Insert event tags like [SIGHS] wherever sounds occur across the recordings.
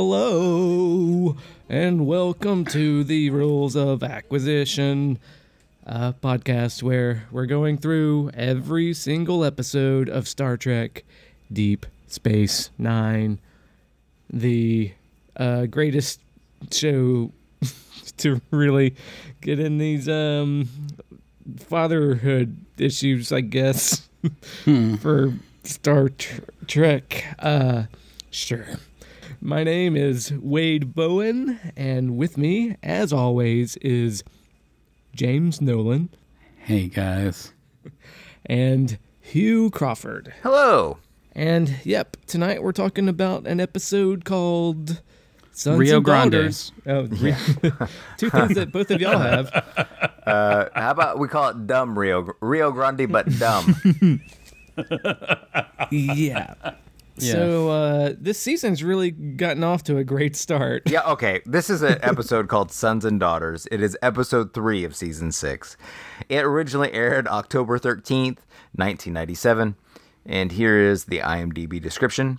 Hello, and welcome to the Rules of Acquisition uh, podcast, where we're going through every single episode of Star Trek Deep Space Nine, the uh, greatest show [LAUGHS] to really get in these um, fatherhood issues, I guess for Star Tr- Trek. Uh, sure. My name is Wade Bowen, and with me, as always, is James Nolan Hey guys. and Hugh Crawford. Hello. And yep, tonight we're talking about an episode called Sons Rio and Grande. Daughters. Oh, Rio- [LAUGHS] two things that both of y'all have. Uh, how about we call it dumb Rio Rio Grande, but dumb. yeah. So uh, this season's really gotten off to a great start. yeah. Okay. This is an episode called Sons and Daughters. It is episode three of season six. It originally aired October thirteenth, nineteen ninety-seven, and here is the IMDb description.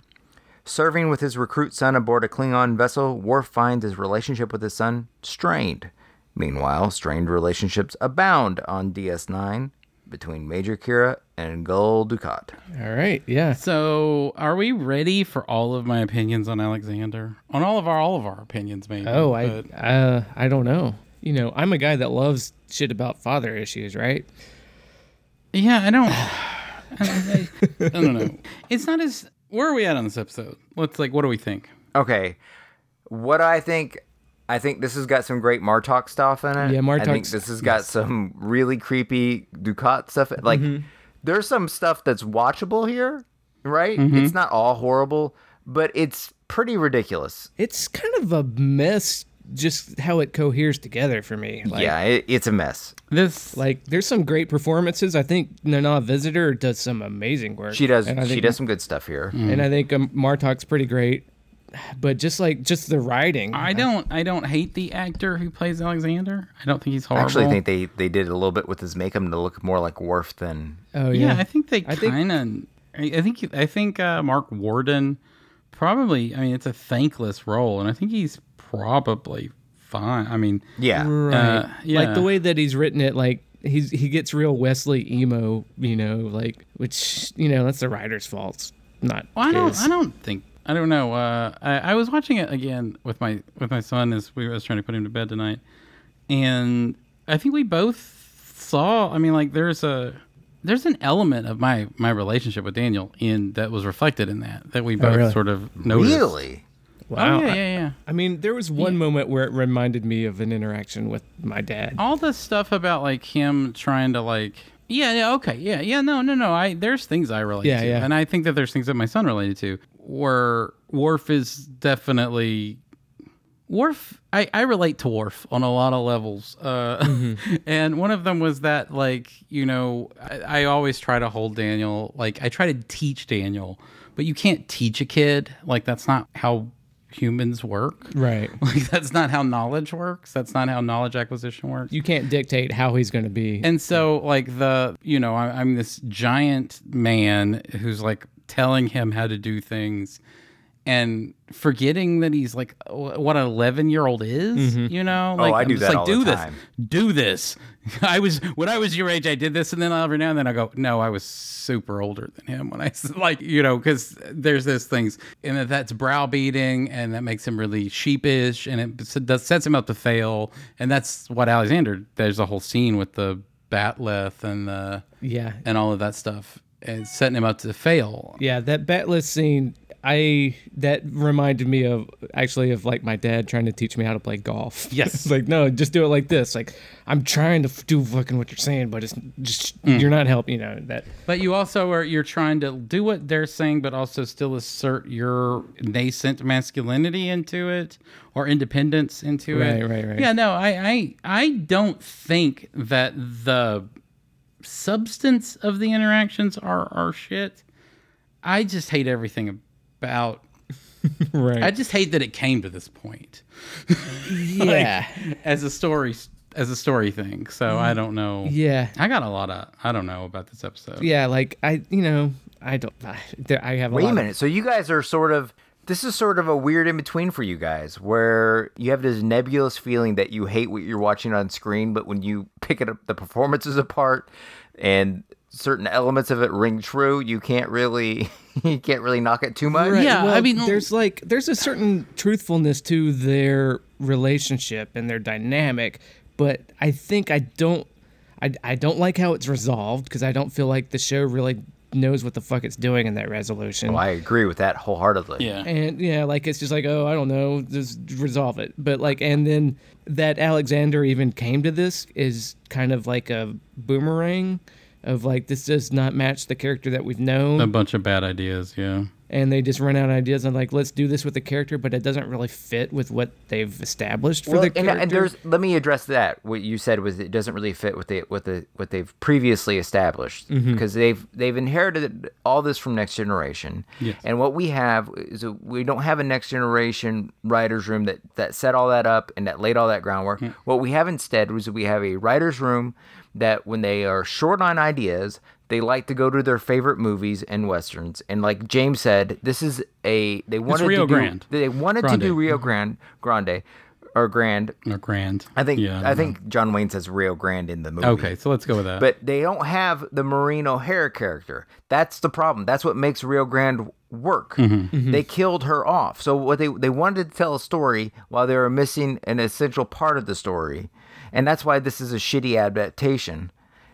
Serving with his recruit son aboard a Klingon vessel, Worf finds his relationship with his son strained. Meanwhile, strained relationships abound on DS9 between Major Kira and Gul Dukat. All right. Yeah. So are we ready for all of my opinions on Alexander? On all of our all of our opinions, maybe. Oh, I but- uh, I don't know. You know, I'm a guy that loves shit about father issues, right? Yeah, I don't [SIGHS] I, I- I [LAUGHS] don't know. It's not as where are we at on this episode? Let's like what do we think? Okay. What I think, I think this has got some great Martok stuff in it. Yeah, I think Martok's- this has got some really creepy Ducat stuff. Like, Mm-hmm. there's some stuff that's watchable here, right? Mm-hmm. It's not all horrible, but it's pretty ridiculous. It's kind of a mess, just how it coheres together for me. Like, yeah, it, it's a mess. This Like, there's some great performances. I think Nana Visitor does some amazing work. She does. And I She think- does some good stuff here. And I think um, Martok's pretty great, but just like just the writing, I don't I don't hate the actor who plays Alexander. I don't think he's I horrible. actually think they they did a little bit with his makeup to look more like Worf than. oh yeah, yeah, I think they I think- kind of. I I think I think uh, Mark Warden probably. I mean, it's a thankless role, and I think he's probably fine. I mean, Yeah. right. uh, Like yeah. the way that he's written it, like. He's, he gets real Wesley emo, you know, like which you know that's the writer's fault, not well, I don't. his. I don't think. I don't know. Uh, I, I was watching it again with my with my son as we I was trying to put him to bed tonight, and I think we both saw. I mean, like there's a there's an element of my my relationship with Daniel in that was reflected in that that we both Oh, really? sort of noticed. Really. Wow. Oh yeah, yeah, yeah. I mean, there was one moment where it reminded me of an interaction with my dad. all the stuff about like him trying to like yeah yeah okay yeah yeah no no no I there's things I relate Yeah, to yeah. and I think that there's things that my son related to where Worf is definitely Worf I I relate to Worf on a lot of levels uh Mm-hmm. [LAUGHS] and one of them was that like you know I, I always try to hold Daniel like I try to teach Daniel but you can't teach a kid like that's not how humans work [LAUGHS] Right. like that's not how knowledge works that's not how knowledge acquisition works You can't dictate how he's going to be. and so, like the you know, I, I'm this giant man who's like telling him how to do things, and forgetting that he's like wh- what an 11 year old is. You know, like, Mm-hmm. Oh, I I'm do just that like all the do time." this, do this. [LAUGHS] I was when I was your age, I did this, and then every now and then I go, no, I was super older than him when I s- [LAUGHS] like you know, because there's those things, and that that's browbeating, and that makes him really sheepish, and it s- does, sets him up to fail, and that's what Alexander. There's a whole scene with the batleth and the yeah. and all of that stuff, and setting him up to fail. Yeah, that batless scene, I that reminded me of actually of like my dad trying to teach me how to play golf. [LAUGHS] Yes. It's like, no, just do it like this. Like I'm trying to f- do fucking what you're saying, but it's just you're not helping, you know, that But you also are you're trying to do what they're saying, but also still assert your nascent masculinity into it or independence into it. Right, right, right. Yeah, no, I, I I don't think that the substance of the interactions are are shit. I just hate everything about. [LAUGHS] right. I just hate that it came to this point yeah. as a story as a story thing. So I don't know. Mm. yeah. I got a lot of I don't know about this episode. Yeah, like I, you know, I don't I, there, I have a Wait lot a of- minute. So you guys are sort of This is sort of a weird in between for you guys, where you have this nebulous feeling that you hate what you're watching on screen, but when you pick it up, the performances [LAUGHS] apart, and certain elements of it ring true, you can't really, [LAUGHS] you can't really knock it too much. Right, Yeah, I well, mean- there's like there's a certain truthfulness to their relationship and their dynamic, but I think I don't, I, I don't like how it's resolved because I don't feel like the show really knows what the fuck it's doing in that resolution. Well, Oh, I agree with that wholeheartedly. Yeah. and yeah, like it's just like oh I don't know, just resolve it. But like and then that Alexander even came to this is kind of like a boomerang of like this does not match the character that we've known A bunch of bad ideas. Yeah. and they just run out of ideas and like let's do this with the character but it doesn't really fit with what they've established for Well, the and, character and there's let me address that. What you said was it doesn't really fit with the what the what they've previously established because they've they've inherited all this from Next Generation. Yes. And what we have is a, we don't have a Next Generation writers room that that set all that up and that laid all that groundwork. What we have instead was we have a writers room that when they are short on ideas. They like to go to their favorite movies and westerns, and like James said, this is a they wanted Rio to do, Grande. They wanted Grande. Mm-hmm. to do Rio Grande, Grande, or Grand, Or grand. I think Yeah. I think John Wayne says Rio Grande in the movie. Okay, so let's go with that. But they don't have the Marine O'Hare character. That's the problem. That's what makes Rio Grande work. Mm-hmm. They killed her off. So what they they wanted to tell a story while they were missing an essential part of the story. And that's why this is a shitty adaptation.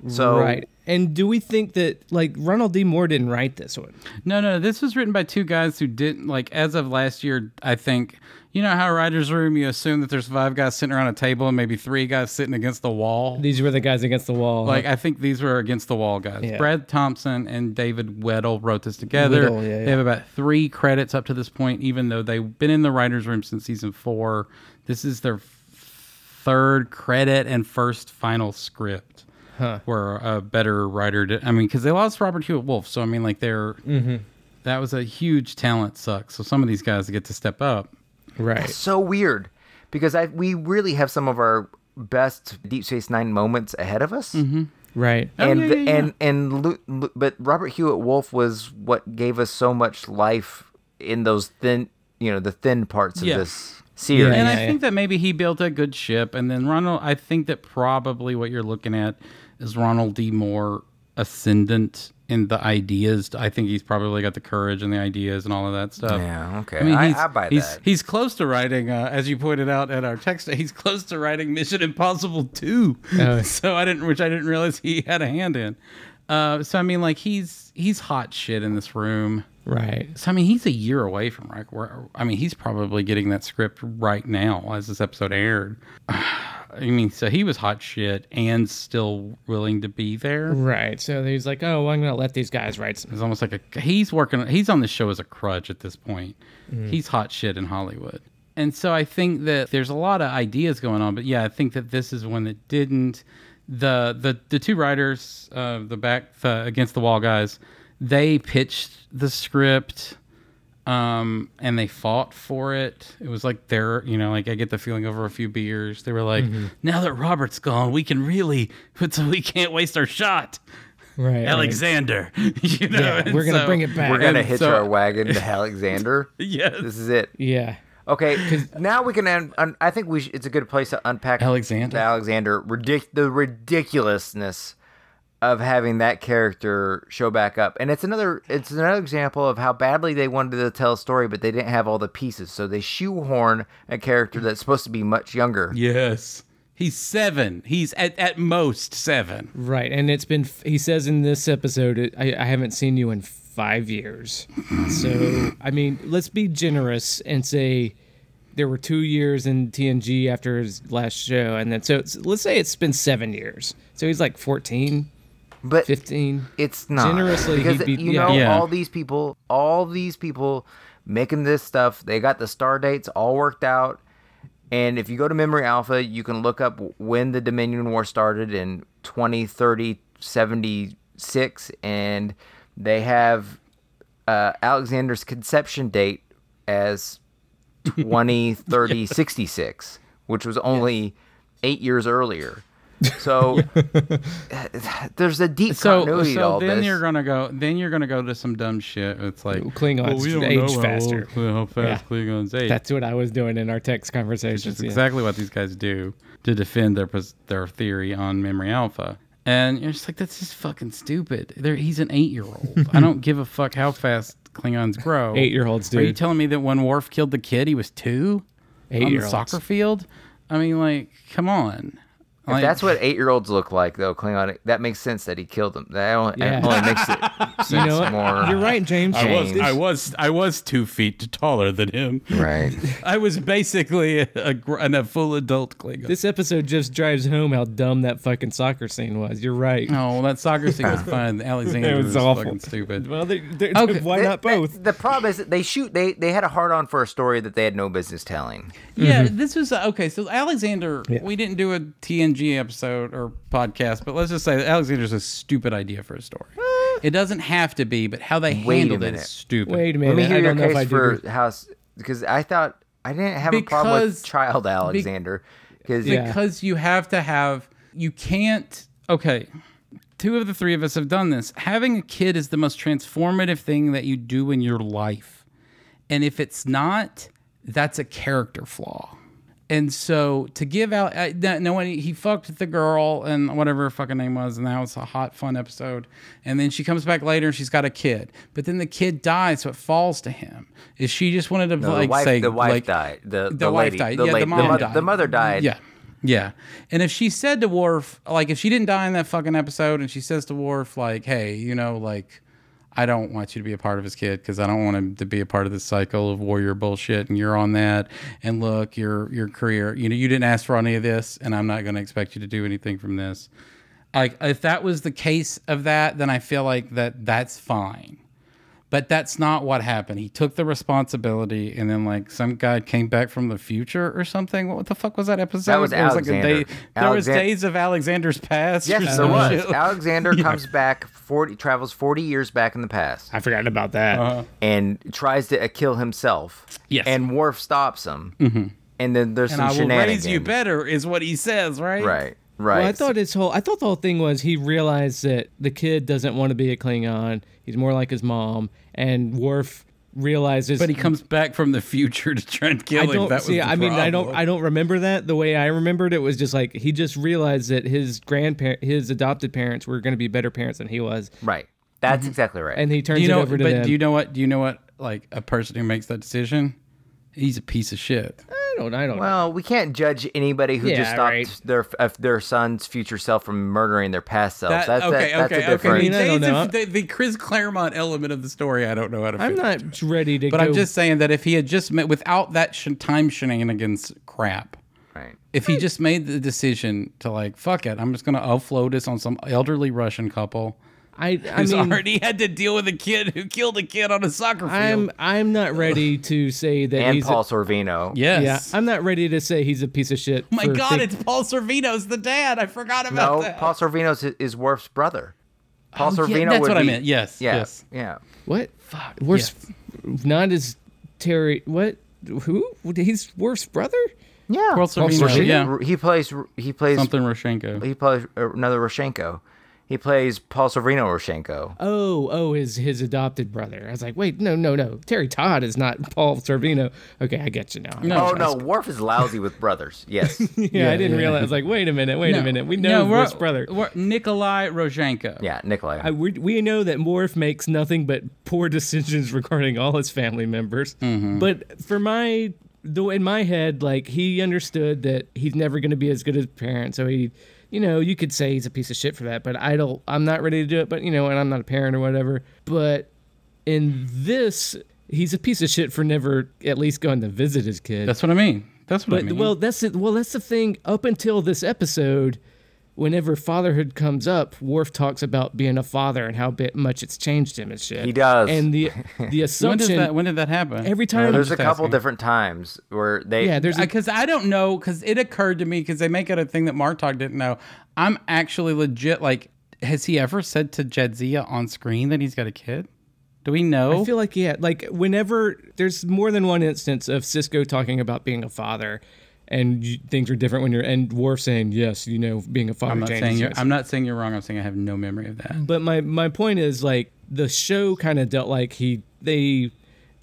So right and do we think that like ronald d moore didn't write this one No, no, this was written by two guys who didn't like as of last year. I think you know how writers' room you assume that there's five guys sitting around a table and maybe three guys sitting against the wall. these were the guys against the wall Like I think these were against the wall guys. Yeah. Brad Thompson and David Weddle wrote this together. Weddle, yeah, They have about three credits up to this point, even though they've been in the writers' room since season four. This is their third credit and first final script. Were a better writer. To, I mean, because they lost Robert Hewitt Wolf, so I mean, like they're Mm-hmm. that was a huge talent suck. So some of these guys get to step up. right so weird because I we really have some of our best Deep Space 9 moments ahead of us. right and Oh, yeah, the- yeah, yeah. and and Lu, Lu- but Robert Hewitt Wolf was what gave us so much life in those thin, you know, the thin parts of Yeah. this series. Yeah, and yeah. I think that maybe he built a good ship. And then Ronald, I think that probably what you're looking at is Ronald D. Moore ascendant in the ideas. I think he's probably got the courage and the ideas and all of that stuff. Yeah, okay. I mean, I- he's, I buy he's, that. He's close to writing, uh, as you pointed out at our text, he's close to writing Mission Impossible 2. Oh. [LAUGHS] so I didn't, which I didn't realize he had a hand in. Uh, so I mean, like he's he's hot shit in this room. right So I mean, he's a year away from like where I mean, he's probably getting that script right now as this episode aired. [SIGHS] I mean, so he was hot shit and still willing to be there. right so he's like oh well, i'm gonna let these guys write some It's almost like a he's working. He's on the show as a crutch at this point. He's hot shit in Hollywood, and so I think that there's a lot of ideas going on. But yeah, I think that this is one that didn't. The the the two writers, uh, the back the against the wall guys, they pitched the script um, and they fought for it. It was like their, you know, like I get the feeling over a few beers, they were like, now that Robert's gone, we can really, [LAUGHS] but so we can't waste our shot, right Alexander. [LAUGHS] you know, Yeah, and we're gonna so- bring it back. We're gonna and hitch so- our [LAUGHS] wagon to Alexander. Yes, This is it. yeah Okay, now we can. Un- un- I think we. Sh- it's a good place to unpack Alexander? the Alexander. Ridic- the ridiculousness of having that character show back up, and it's another. It's another example of how badly they wanted to tell a story, but they didn't have all the pieces, so they shoehorn a character that's supposed to be much younger. yes. He's seven. He's at, at most seven. right and it's been f- he says in this episode it- I, I haven't seen you in five years so i mean let's be generous and say there were two years in tng after his last show and then so it's, let's say it's been seven years so he's like 14 But 15 It's not Generously, because he'd be- you yeah. know Yeah. all these people, all these people making this stuff. They got the star dates all worked out, and if you go to Memory Alpha, you can look up when the Dominion War started in 2030 76, and they have uh, Alexander's conception date as [LAUGHS] 2030 66, which was only eight years earlier. [LAUGHS] So [SIGHS] there's a deep So, continuity to so all then this. you're gonna go. Then you're gonna go to some dumb shit. It's like Klingons we don't age know how faster. old- How fast Yeah. Klingons age? That's what I was doing in our text Which conversations. is yeah. exactly what these guys do to defend their pos- their theory on memory alpha. And you're just like, that's just fucking stupid. There, he's an eight year [LAUGHS] old. I don't give a fuck how fast Klingons grow. Eight-year-olds, Are you dude. telling me that when Worf killed the kid, he was two? on the Eight-year-olds. soccer field? I mean, like, come on. If Like, that's what eight-year-olds look like, though, Klingon. That makes sense that he killed them. That only, that Yeah. only makes it [LAUGHS] sense You know what? more. You're right, James. I was- This- I was I was two feet taller than him. Right. I was basically a, a full adult Klingon. This episode just drives home how dumb that fucking soccer scene was. You're right. Oh, well, that soccer scene [LAUGHS] was fun. Alexander It was was, awful. fucking stupid. Well, they, they- Okay. why not The- the- both? The problem is that they shoot. They they had a hard on for a story that they had no business telling. Yeah, this was uh, okay. So Alexander, Yeah. we didn't do a TNG episode or podcast, but let's just say that Alexander's a stupid idea for a story. It doesn't have to be, but how they Wait a handled it minute. is stupid. Wait a minute. Let me hear I your don't know if I case do. for agree. how because I thought I didn't have a problem with Because- child Alexander because Yeah. because you have to have you can't okay two of the three of us have done this having a kid is the most transformative thing that you do in your life and if it's not that's a character flaw and so to give out I, that- no one he fucked the girl and whatever her fucking name was and that was a hot fun episode and then she comes back later and she's got a kid but then the kid dies so it falls to him is she just wanted to the like wife say the wife like, died the the, wife lady, died. the Yeah, the lady mom mo- died. the mother died yeah. Yeah. And if she said to Worf, like, if she didn't die in that fucking episode and she says to Worf, like, hey, you know, like, I don't want you to be a part of his kid because I don't want him to be a part of this cycle of warrior bullshit and you're on that. And look, your your career, you know, you didn't ask for any of this and I'm not going to expect you to do anything from this. Like, if that was the case of that, then I feel like that that's fine. But that's not what happened. He took the responsibility, and then like some guy came back from the future or something. What the fuck was that episode? That was There Alexander. Like a day, there was Alexan- days of Alexander's past. or yes there some [LAUGHS] was shit. Alexander comes back forty travels forty years back in the past I forgot about that. Uh-huh. and tries to uh, kill himself Yes. Mm-hmm. and Worf stops him and then there's and some I will shenanigans raise you better is what he says, right? right right Well, I thought his whole I thought the whole thing was he realized that the kid doesn't want to be a Klingon. He's more like his mom, and Worf realizes. But he comes back from the future to try and kill I him. don't That was see. the I mean, I don't. problem. I don't remember that the way I remembered it was just like he just realized that his grandparent, his adopted parents, were going to be better parents than he was, right that's exactly right and he turns Do you know? it over to but them. do you know what? Do you know what? Like a person who makes that decision, he's a piece of shit. I don't. I don't. Well, we can't judge anybody who Yeah, just stopped right. their f- their son's future self from murdering their past self. That- that's okay, that, that's okay, a different. okay. I mean, I don't Days of- know. the, the Chris Claremont element of the story, I don't know how to. I'm feel. not ready to. But go, I'm just saying that if he had just met without that sh- time shenanigans crap, Right. if he just made the decision to like fuck it, I'm just gonna offload this on some elderly Russian couple I. [LAUGHS] I who's mean, already had to deal with a kid who killed a kid on a soccer field. I'm. I'm not ready to say that And he's. Paul Sorvino. A, yes. yeah, I'm not ready to say he's a piece of shit. Oh my for God, think- it's Paul Servino's the dad. I forgot about No, that. Paul Sorvino's i- is Worf's brother. Paul Oh, Sorvino yeah, that's would what I be- meant. Yes, Yeah. yes. Yeah. What? Fuck. Worse. Not as Terry. What? Who? He's worse brother. Yeah. Paul Sorvino, Rosh- yeah. He plays. He plays. Something Roshenko. He plays uh, another Roshenko. He plays Paul Sorvino Roshenko. Oh, oh, his his adopted brother. I was like, wait, no, no, no. Terry Todd is not Paul Sorvino. Okay, I get you now. Oh no, Worf is lousy with brothers. [LAUGHS] Yes. yeah, I didn't realize. I was like, wait a minute, wait a minute. We know we're- worse brother. we're- Nikolai Roshenko. Yeah, Nikolai. I, we, we know that Morph makes nothing but poor decisions regarding all his family members. But for my though in my head, like he understood that he's never going to be as good as parent, so he, you know, you could say he's a piece of shit for that. But I don't. I'm not ready to do it. But you know, and I'm not a parent or whatever. But in this, he's a piece of shit for never at least going to visit his kid. That's what I mean. That's what I But- mean. well, that's it. Well, that's the thing. Up until this episode, whenever fatherhood comes up, Worf talks about being a father and how bit much it's changed him and shit. He does. And [LAUGHS] the the when does assumption that? When did that happen? every time. Uh, There's a just couple asking. different times where they. yeah, there's a, because I don't know because it occurred to me because they make it a thing that Martok didn't know. I'm actually legit like, has he ever said to Jedzia on screen that he's got a kid? Do we know? I feel like yeah, like whenever there's more than one instance of Cisco talking about being a father, and you, things are different when you're and Worf saying yes, you know, being a father. I'm not changes saying you're. things. I'm not saying you're wrong. I'm saying I have no memory of Mm. that. But my my point is like the show kind of dealt like he they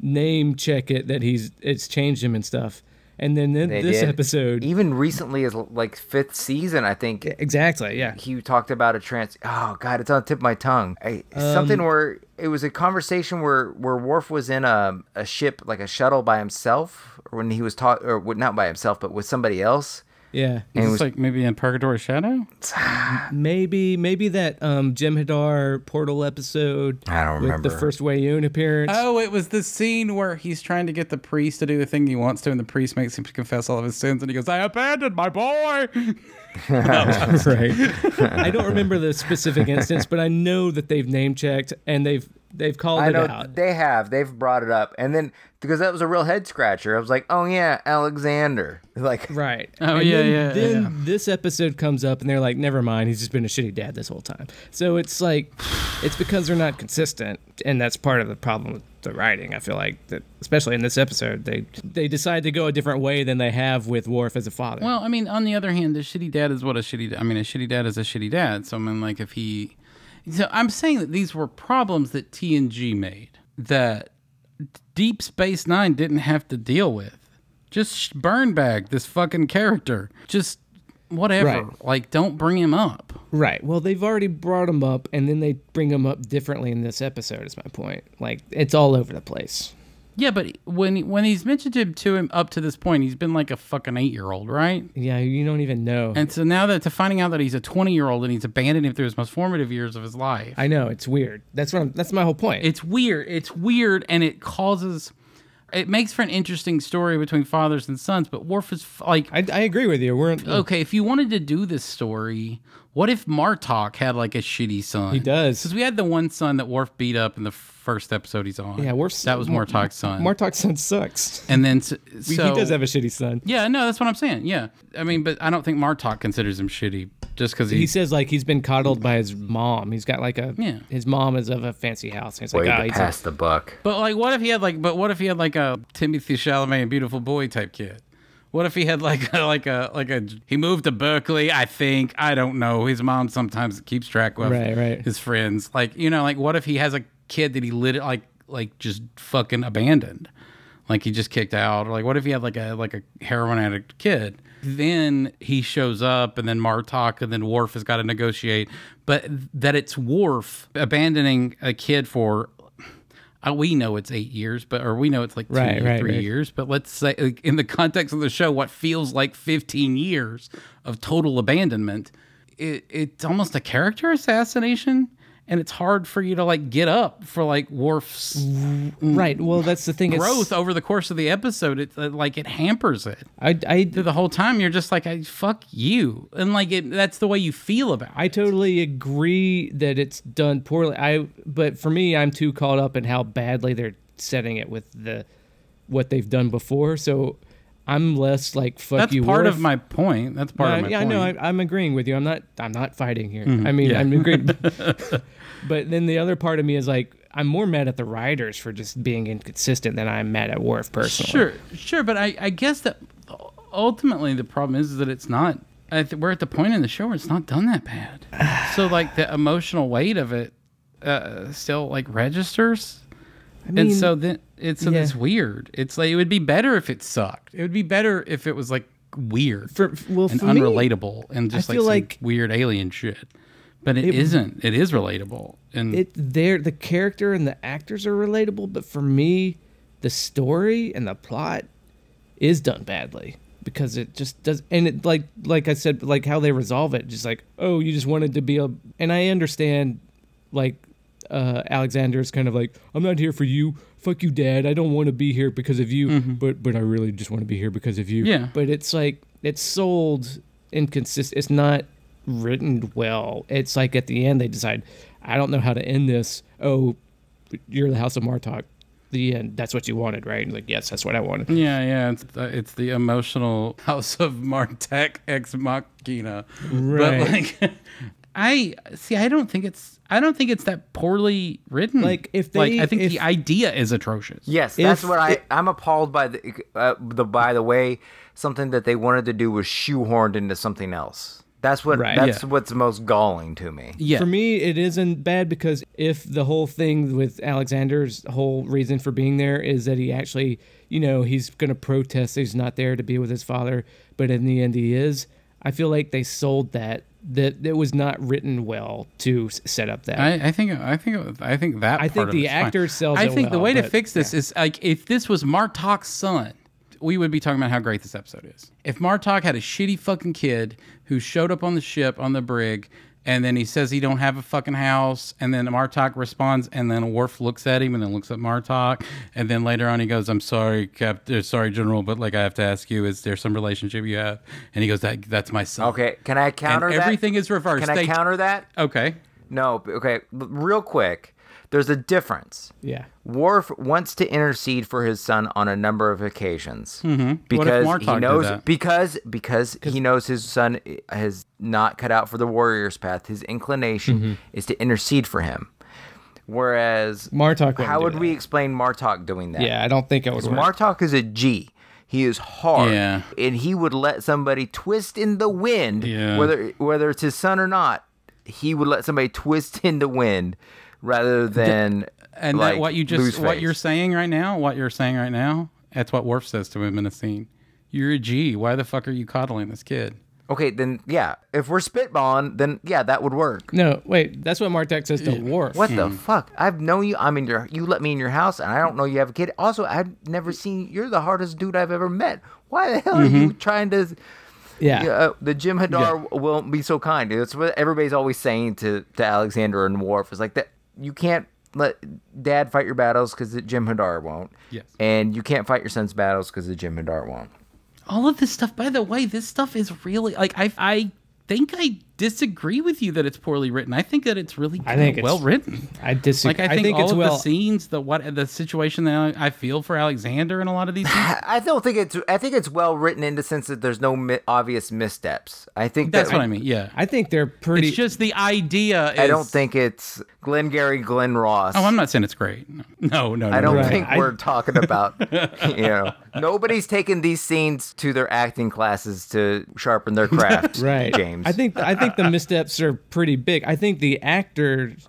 name check it that he's it's changed him and stuff, and then, then They this did. episode even recently, is like fifth season, I think. exactly yeah he talked about a trans. Oh God, it's on the tip of my tongue. I, Um, something where it was a conversation where where Worf was in a a ship like a shuttle by himself, or when he was taught, or w- not by himself, but with somebody else. yeah Is it this was- like maybe in Purgatory Shadow? maybe maybe that um Jim Hadar portal episode I don't with remember. the first Wayoon appearance Oh, it was the scene where he's trying to get the priest to do the thing he wants to, and the priest makes him confess all of his sins, and he goes, "I abandoned my boy." [LAUGHS] [LAUGHS] right I don't remember the specific instance but I know that they've name checked and they've they've called I it know out they have. They've brought it up, and then because that was a real head scratcher, I was like, oh yeah, Alexander. [LAUGHS] Like Right. Oh, And yeah, then, yeah, Then yeah. this episode comes up, and they're like, "Never mind, he's just been a shitty dad this whole time." So it's like, it's because they're not consistent, and that's part of the problem with the writing. I feel like that, especially in this episode, they they decide to go a different way than they have with Worf as a father. Well, I mean, on the other hand, the shitty dad is what a shitty. da- I mean, a shitty dad is a shitty dad. So I mean, like if he, so I'm saying that these were problems that TNG made that Deep Space Nine didn't have to deal with. Just sh- burn bag this fucking character. Just whatever. Right. Like, don't bring him up. right. Well, they've already brought him up, and then they bring him up differently in this episode. Is my point. Like, it's all over the place. Yeah, but when when he's mentioned him to him up to this point, he's been like a fucking eight year old, right? Yeah, you don't even know. And so now that to finding out that he's a twenty year old and he's abandoned him through his most formative years of his life. I know it's weird. That's what I'm, that's my whole point. it's weird. It's weird, and it causes. It makes for an interesting story between fathers and sons. But Worf is f- like, I, I agree with you. We're okay, if you wanted to do this story, what if Martok had like a shitty son? He does. because we had the one son that Worf beat up in the first episode he's on. Yeah, Worf's- that was Martok's son. Martok's son sucks. and then so, [LAUGHS] he does have a shitty son. Yeah, no, that's what I'm saying. Yeah, I mean, but I don't think Martok considers him shitty just because He he's. says like he's been coddled by his mom. He's got like a Yeah. His mom is of a fancy house. And he's way like, oh, to he's pass the buck. But like, what if he had like? But what if he had like a Timothy Chalamet and Beautiful Boy type kid? What if he had like [LAUGHS] a, like a like a he moved to Berkeley? I think I don't know. His mom sometimes keeps track of Right, right. his friends. Like you know, like what if he has a kid that he lit like like just fucking abandoned, like he just kicked out, or like what if he had like a like a heroin addict kid? Then he shows up, and then Martok, and then Worf has got to negotiate. But that it's Worf abandoning a kid for uh, we know it's eight years, but or we know it's like two, Right, or right, three right. years. But let's say, like, in the context of the show, what feels like fifteen years of total abandonment, it, it's almost a character assassination, and it's hard for you to like get up for like Worf's right. Well, that's the thing. It's- growth over the course of the episode. It's uh, like it hampers it. I, I, Through the whole time, you're just like, I fuck you, and like it, that's the way you feel about. I totally agree that it's done poorly. I, but for me, I'm too caught up in how badly they're setting it with the what they've done before. So I'm less like fuck that's you. part Worf. of my point. That's part No, of my Uh, yeah, point. Mm-hmm. I know. I, I'm agreeing with you. I'm not. I'm not fighting here. I mean, I'm [LAUGHS] agreeing. [LAUGHS] but then the other part of me is like, I'm more mad at the writers for just being inconsistent than I'm mad at Worf personally. Sure, sure, but I, I guess that ultimately the problem is that it's not. I th- we're at the point in the show where it's not done [SIGHS] that bad. so like the emotional weight of it uh, still like registers, and mean, so then it's so yeah. it's weird. It's like it would be better if it sucked. It would be better if it was like weird For, f- well, and for me, unrelatable and just like, feel some like- weird alien shit. But it isn't. It is relatable, and it there the character and the actors are relatable, but for me, the story and the plot is done badly because it just does and it like like I said like how they resolve it just like oh you just wanted to be a and I understand like uh Alexander's kind of like I'm not here for you fuck you dad I don't want to be here because of you but but I really just want to be here because of you Yeah. but it's like it's sold inconsistent it's not written well it's like at the end they decide I don't know how to end this oh you're the house of Martok the end that's what you wanted right and like yes that's what I wanted Yeah, yeah, it's uh, it's the [LAUGHS] emotional House of Martek ex Machina, Right. but like, [LAUGHS] I see. I don't think it's. I don't think it's that poorly written. Like, if they- I think if- the idea is atrocious. Yes, that's If what I. it- I'm appalled by the, uh, the. By the way, something that they wanted to do was shoehorned into something else. That's what. Right. that's Yeah. what's most galling to me. Yeah. For me, it isn't bad because if the whole thing with Alexander's whole reason for being there is that he actually, you know, he's going to protest that he's not there to be with his father, but in the end he is, I feel like they sold that, that it was not written well to s- set up that. I, I think I think I think that. I part think of the it's fine. actor sells I it think the well, way to but- fix this is like if this was Martok's son, we would be talking about how great this episode is. If Martok had a shitty fucking kid who showed up on the ship on the brig, and then he says he don't have a fucking house, and then Martok responds, and then Worf looks at him and then looks at Martok, and then later on he goes, "I'm sorry, Captain, sorry, General, but like I have to ask you, is there some relationship you have?" And he goes, "That that's my son." Okay, can I counter that? everything is reversed. Can They- I counter that? Okay. No. b- Okay, l- real quick. There's a difference. yeah. Worf wants to intercede for his son on a number of occasions Mm-hmm. because Martok he did knows that? because because he knows his son i- has not cut out for the warrior's path. His inclination Mm-hmm. is to intercede for him. Whereas Martok wouldn't how do would that. we explain Martok doing that? Yeah, I don't think I was work. Martok is a G. He is hard, Yeah. and he would let somebody twist in the wind, Yeah. whether whether it's his son or not. He would let somebody twist [LAUGHS] in the wind rather than And like, that what you lose just what face. you're saying right now, what you're saying right now, that's what Worf says to him in a scene. You're a G. Why the fuck are you coddling this kid? Okay, then yeah. If we're spitballing, then yeah, that would work. No, wait, that's what Martek says to Worf. What the fuck? I've known you. I'm in your. You let me in your house, and I don't know you have a kid. Also, I've never seen. You're the hardest dude I've ever met. Why the hell are you trying to? Yeah. Yeah, uh, the Jim Hadar won't be so kind. That's what everybody's always saying to to Alexander and Worf. Is like that you can't let Dad fight your battles because Jim Hadar won't. Yes. And you can't fight your son's battles because the Jim Hadar won't. All of this stuff, by the way, this stuff is really like I I think I disagree with you that it's poorly written. I think that it's really I think it's- well written. I disagree. Like I think, all it's of well. the scenes, the what the situation that I feel for Alexander in a lot of these scenes. I don't think it's. I think it's well written in the sense that there's no mi- obvious missteps. I think That's that, what I mean. Yeah. [LAUGHS] I think they're pretty. it's just the idea is I don't think it's Glenn Gary, Glenn Ross. Oh, I'm not saying it's great. [LAUGHS] No, no, no. I don't Right. think I- we're [LAUGHS] talking about, you know, nobody's taking these scenes to their acting classes to sharpen their craft, [LAUGHS] right James. i think i think [LAUGHS] the missteps are pretty big i think the actors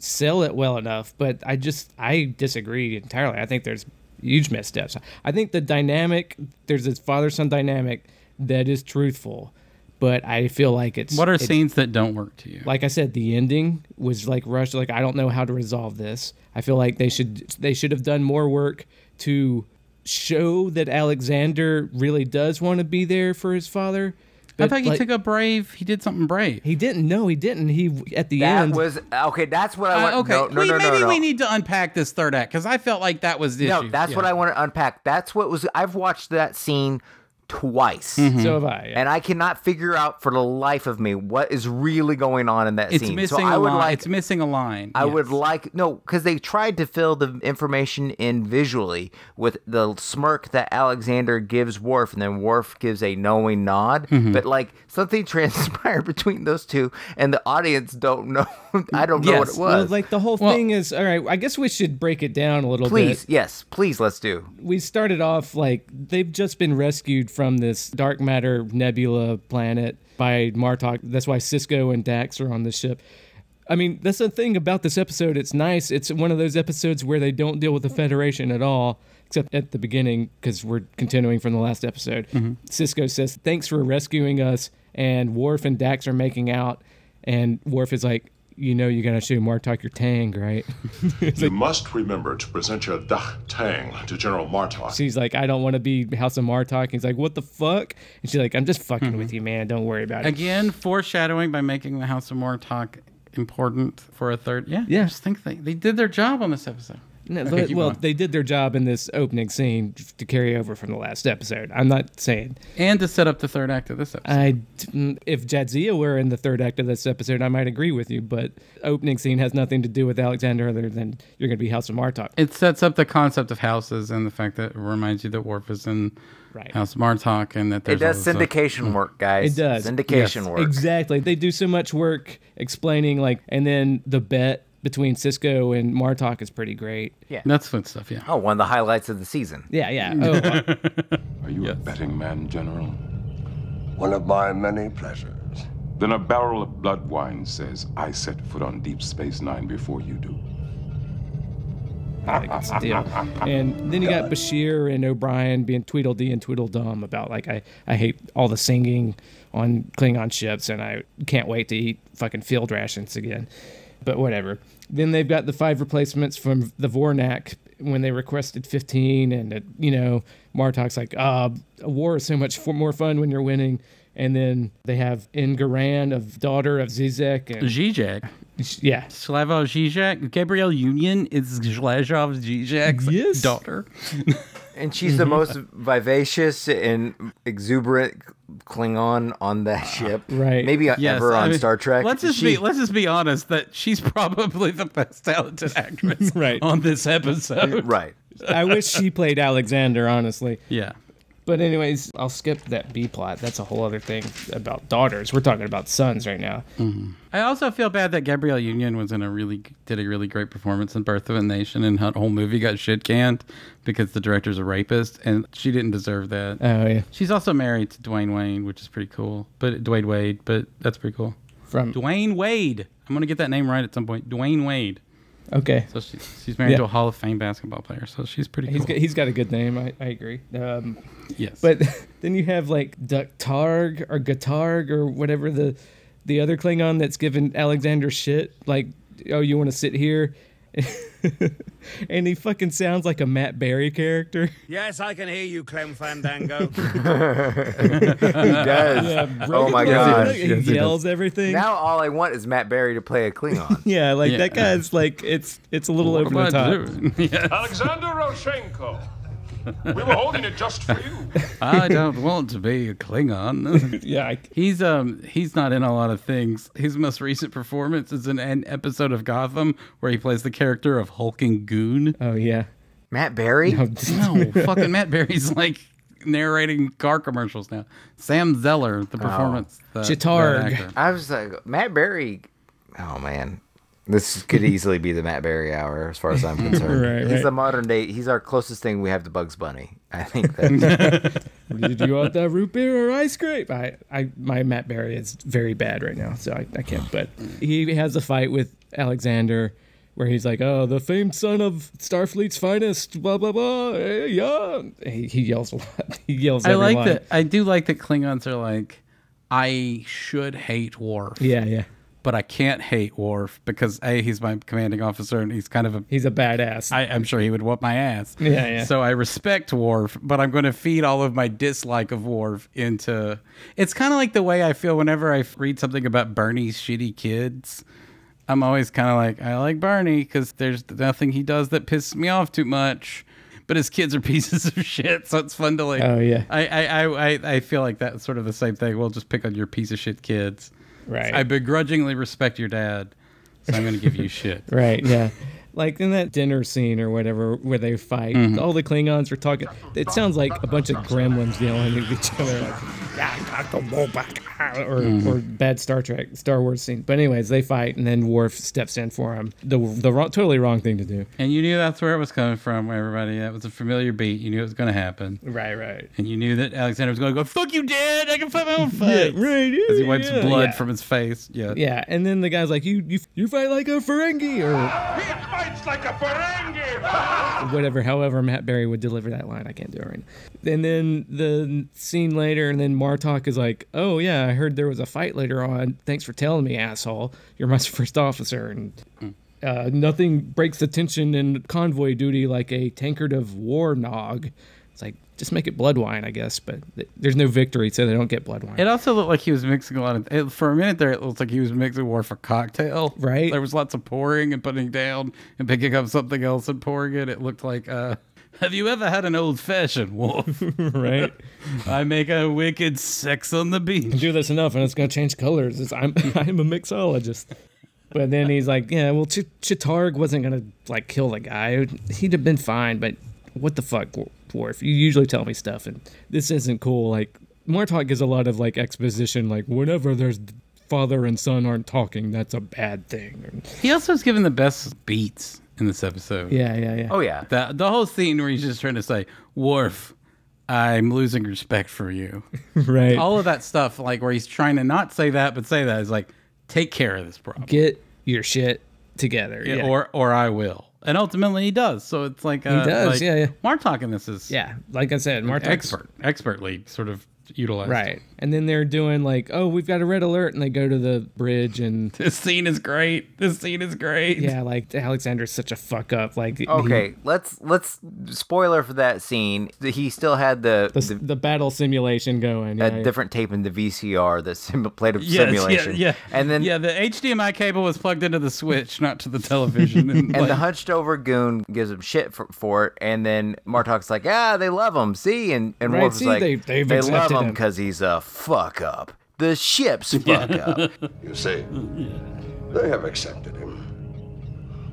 sell it well enough but i just i disagree entirely i think there's huge missteps i think the dynamic there's this father-son dynamic that is truthful but i feel like it's What are it's- scenes that don't work to you? like i said the ending was like rushed like i don't know how to resolve this i feel like they should they should have done more work to show that alexander really does want to be there for his father I but, thought he like- took a brave. He did something brave. He didn't. No, he didn't. He at the that end. was okay. That's what I Uh, want. okay, no, no, we, no, no, maybe no. we need to unpack this third act because I felt like that was the No, issue. that's what I want to unpack. That's what was. I've watched that scene twice, Mm-hmm. so have I. and I cannot figure out for the life of me what is really going on in that It's scene. missing so I a would line. like it's missing a line. I yes. would like no, because they tried to fill the information in visually with the smirk that Alexander gives Worf, and then Worf gives a knowing nod. Mm-hmm. But like something [LAUGHS] transpired between those two, and the audience don't know. [LAUGHS] I don't know what Yes, it was. Well, like the whole Well- thing is all right. I guess we should break it down a little please, bit. yes, please, let's do. We started off like they've just been rescued from this dark matter nebula planet by Martok. That's why Cisco and Dax are on the ship. I mean, that's the thing about this episode. It's nice. It's one of those episodes where they don't deal with the Federation at all, except at the beginning, because we're continuing from the last episode. Cisco says, Thanks for rescuing us. And Worf and Dax are making out. And Worf is like, You know, you're going to shoot Martok your Tang, right? [LAUGHS] you must remember to present your Dah Tang to General Martok. She's like, I don't want to be House of Martok. He's like, What the fuck? And she's like, I'm just fucking with you, man. Don't worry about it. again foreshadowing by making the House of More talk important for a third. Yeah, Yeah. I just think they, they did their job on this episode. No, Okay, but- keep well, going. they did their job in this opening scene to carry over from the last episode. I'm not saying and to set up the third act of this episode. I d- mm, if Jadzia were in the third act of this episode, I might agree with you. But opening scene has nothing to do with Alexander other than you're going to be House of Martok. it sets up the concept of houses and the fact that it reminds you that Worf is in Right. House Martok and that It there's all does this other- syndication work, guys. It does. syndication Yes. work. Exactly. They do so much work explaining, like, and then the bet between Cisco and Martok is pretty great. That's fun stuff, yeah. Oh, one of the highlights of the season. Yeah, yeah. Oh, Are you a betting man, General? One of my many pleasures. Then a barrel of blood wine says I set foot on Deep Space Nine before you do. like, it's a deal. And then you got Bashir and O'Brien being Tweedledee and Tweedledum about like I, I hate all the singing on Klingon ships and I can't wait to eat fucking field rations again. But whatever. Then they've got the five replacements from the Vornak when they requested 15 and it, you know Martok's like uh a war is so much f more fun when you're winning and then they have Ingaran of daughter of Zizek and Zizek. yeah Slavoj Zizek. Gabrielle Union is Slavoj Zizek's Yes. daughter. And she's Mm-hmm. the most vivacious and exuberant Klingon on that ship. right. Maybe Ah, uh, Yes, ever I on mean, Star Trek. Let's just She- be let's just be honest that she's [LAUGHS] probably the best talented actress [LAUGHS] Right. on this episode. Right. I wish she played Alexander honestly Yeah. But anyways, I'll skip that B plot. That's a whole other thing about daughters. We're talking about sons right now. I also feel bad that Gabrielle Union was in a really did a really great performance in Birth of a Nation and her whole movie got shit canned because the director's a rapist and she didn't deserve that. Oh yeah, She's also married to Dwayne Wayne, which is pretty cool. But Dwayne Wade, but that's pretty cool. from Dwayne Wade. I'm gonna get that name right at some point. Dwayne Wade. okay. So she, she's married Yeah. to a Hall of Fame basketball player. So she's pretty He's cool. got, he's got a good name. I, I agree. Um, yes. but [LAUGHS] then you have like Ductarg or Gatarg or whatever the the other Klingon that's given Alexander shit. Like, oh, you want to sit here? [LAUGHS] and he fucking sounds like a Matt Berry character. Yes, I can hear you, [LAUGHS] Clem Fandango. He does. oh my Like, [LAUGHS] gosh. he yells everything. Now all I want is Matt Berry to play a Klingon. yeah, like Yeah. that guy's like it's it's a little over the What top. do- [LAUGHS] Yeah, Alexander Roshenko. We were holding it just for you. I don't want to be [LAUGHS] a Klingon. Yeah, I, he's um he's not in a lot of things. His most recent performance is in an episode of Gotham where he plays the character of [LAUGHS] hulking goon. Oh yeah. [LAUGHS] Matt Berry? No, fucking Matt Berry's like narrating car commercials now. Sam Zeller, Oh. the performance. that- that Chitarg. actor. I was like, Matt Berry. Oh man, this could easily be the Matt Berry hour, as far as I'm concerned. Right, he's right. the modern day. He's our closest thing we have to Bugs Bunny. I think that. Did you want that root beer or ice cream? I, I my Matt Berry is very bad right now, so I, I can't. But he has a fight with Alexander where he's like, "Oh, the famed son of Starfleet's finest." Blah blah blah. eh, yeah, he, he yells a lot. [LAUGHS] He yells. I every like line. that. I do like that Klingons are like, I should hate Worf, Yeah, yeah. but I can't hate Worf because a he's my commanding officer and he's kind of a. He's a badass. I, I'm sure he would whoop my ass. Yeah, yeah. So I respect Worf, but I'm going to feed all of my dislike of Worf into. It's kind of like the way I feel whenever I read something about Bernie's shitty kids. I'm always kind of like, I like Bernie because there's nothing he does that pisses me off too much. But his kids are [LAUGHS] pieces of shit, so it's fun to like. Oh, yeah. I I, I, I I feel like that's sort of the same thing. We'll just pick on your piece of shit kids. right. I begrudgingly respect your dad, so I'm going to [LAUGHS] give you shit. Right, yeah. [LAUGHS] Like in that dinner scene or whatever where they fight, all the Klingons are talking. It sounds like a bunch of gremlins yelling at each other, like, "Ah, Dr. Boback, ah," or, or bad Star Trek, Star Wars scene. But, anyways, they fight, and then Worf steps in for him. The, the wrong, totally wrong thing to do. And you knew that's where it was coming from, everybody. That was a familiar beat. You knew it was going to happen. Right, right. And you knew that Alexander was going to go, fuck you, dad. I can fight my [LAUGHS] own fight. right. As he wipes yeah, blood yeah. from his face. Yeah. Yeah, and then the guy's like, you, you, you fight like a Ferengi, or He fights like a Ferengi. whatever, however Matt Berry would deliver that line. I can't do it right now. And then the scene later, and then Martok is like, oh, yeah, I heard there was a fight later on. Thanks for telling me, asshole. You're my [LAUGHS] first officer. And uh, nothing breaks the tension in convoy duty like a tankard of war nog. It's like just make it blood wine, I guess. But th- there's no victory, so they don't get blood wine. It also looked like he was mixing a lot of. It, for a minute there, it looked like he was mixing war for cocktail. Right. There was lots of pouring and putting down and picking up something else and pouring it. It looked like. uh have you ever had an old fashioned [LAUGHS] wolf? right? I make a wicked sex on the beach. Do this enough, and it's gonna change colors. It's, I'm [LAUGHS] I'm a mixologist. But then he's like, yeah, well, Ch- Chitarg wasn't gonna like kill the guy. He'd have been fine. But what the fuck, Worf? You usually tell me stuff, and this isn't cool. Like Martok gives a lot of like exposition. Like whenever there's father and son aren't talking, that's a bad thing. He also was given the best beats in this episode. Yeah, yeah, yeah. Oh yeah. The, the whole scene where he's just trying to say, Worf, I'm losing respect for you. right. All of that [LAUGHS] stuff, like where he's trying to not say that, but say that is like, take care of this problem. get your shit together. Yeah. Or or I will. And ultimately he does. So it's like, uh, does, like, yeah, yeah. Martok in this is yeah, like I said, Martok's expert, expertly sort of utilized. Right. And then they're doing like, oh, we've got a red alert, and they go to the bridge, and [LAUGHS] This scene is great. This scene is great. yeah, like Alexander's such a fuck up. Like, he- Okay, let's let's spoiler for that scene. He still had the, the, the battle simulation going. a Yeah, yeah. different tape in the VCR that sim- played a [LAUGHS] Yes, simulation. Yeah, yeah. And then yeah, the HDMI cable was plugged into the switch, not to the [LAUGHS] television. And, and the like- hunched over goon gives him shit for, for it. And then Martok's like, ah, they love him. See? And, and Right, Worf's see, like, they- they've love accepted him him." because he's a fuck up. The ship's fuck up. [LAUGHS] You see, they have accepted him.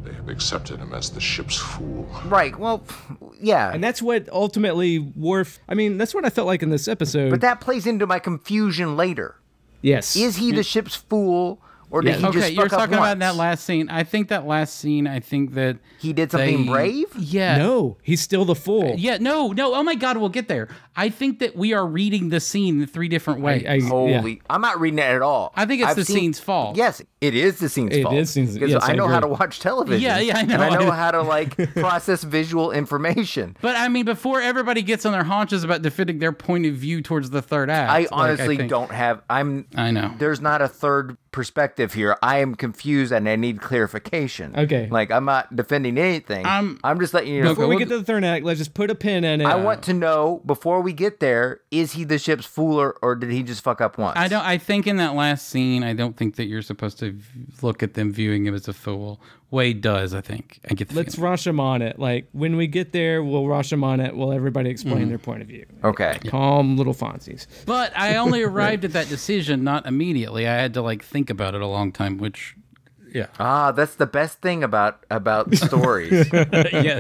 They have accepted him as the ship's fool. Right. Well, pff, yeah. and that's what ultimately Worf. I mean, that's what I felt like in this episode. but that plays into my confusion later. yes, Is he the ship's fool? Or did Yeah. he just okay, fuck you're up talking about in that once? last scene. I think that last scene. I think that He did something they- brave? Yeah. no, he's still the fool. Yeah. No. No. Oh my God. We'll get there. I think that we are reading the scene in three different ways. I- yeah. Holy! I'm not reading it at all. I think it's the seen- scene's fault. Yes, it is the scene's It fault. is scene's- 'Cause yes, I I know how to agree. watch television. Yeah, yeah, I And I know. know how [LAUGHS] to like process visual information. but I mean, before everybody gets on their haunches about defending their point of view towards the third act, I like, honestly think- don't have. I'm. I know. There's not a third perspective here. I am confused and I need clarification. Okay. Like I'm not defending anything. I'm. I'm- I'm just letting you know. Before we get to the third act, let's just put a pin in it. I want to know before we get there: is he the ship's fool or, or did he just fuck up once? I don't. I think in that last scene, I don't think that you're supposed to v- look at them viewing him as a fool. Wade does. I think. I get the Let's feeling. Rashomon it. Like when we get there, we'll Rashomon it. We'll everybody explain Mm. their point of view. Okay. Calm little Fonzies. But I [LAUGHS] only arrived at that decision not immediately. I had to like think about it a long time, which Ah, that's the best thing about about stories. [LAUGHS] yes,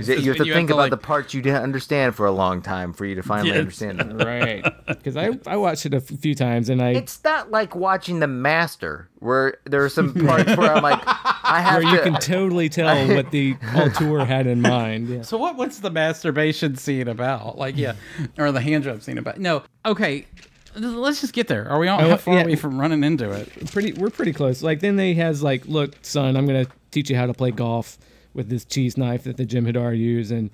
that you have to think about like, the parts you didn't understand for a long time for you to finally Yes. understand [LAUGHS] them. right because I, I watched it a f- few times and i It's not like watching The Master, where there are some parts where I'm like, I have where you to. [LAUGHS] can totally tell what the auteur had in mind yeah. So what? What's the masturbation scene about? [LAUGHS] Like yeah, or the hand job scene about? No, okay. Let's just get there. Are we all Oh, how far yeah. are we from running into it? pretty we're pretty close like then they has like look son i'm gonna teach you how to play golf with this cheese knife that the jim hadar used and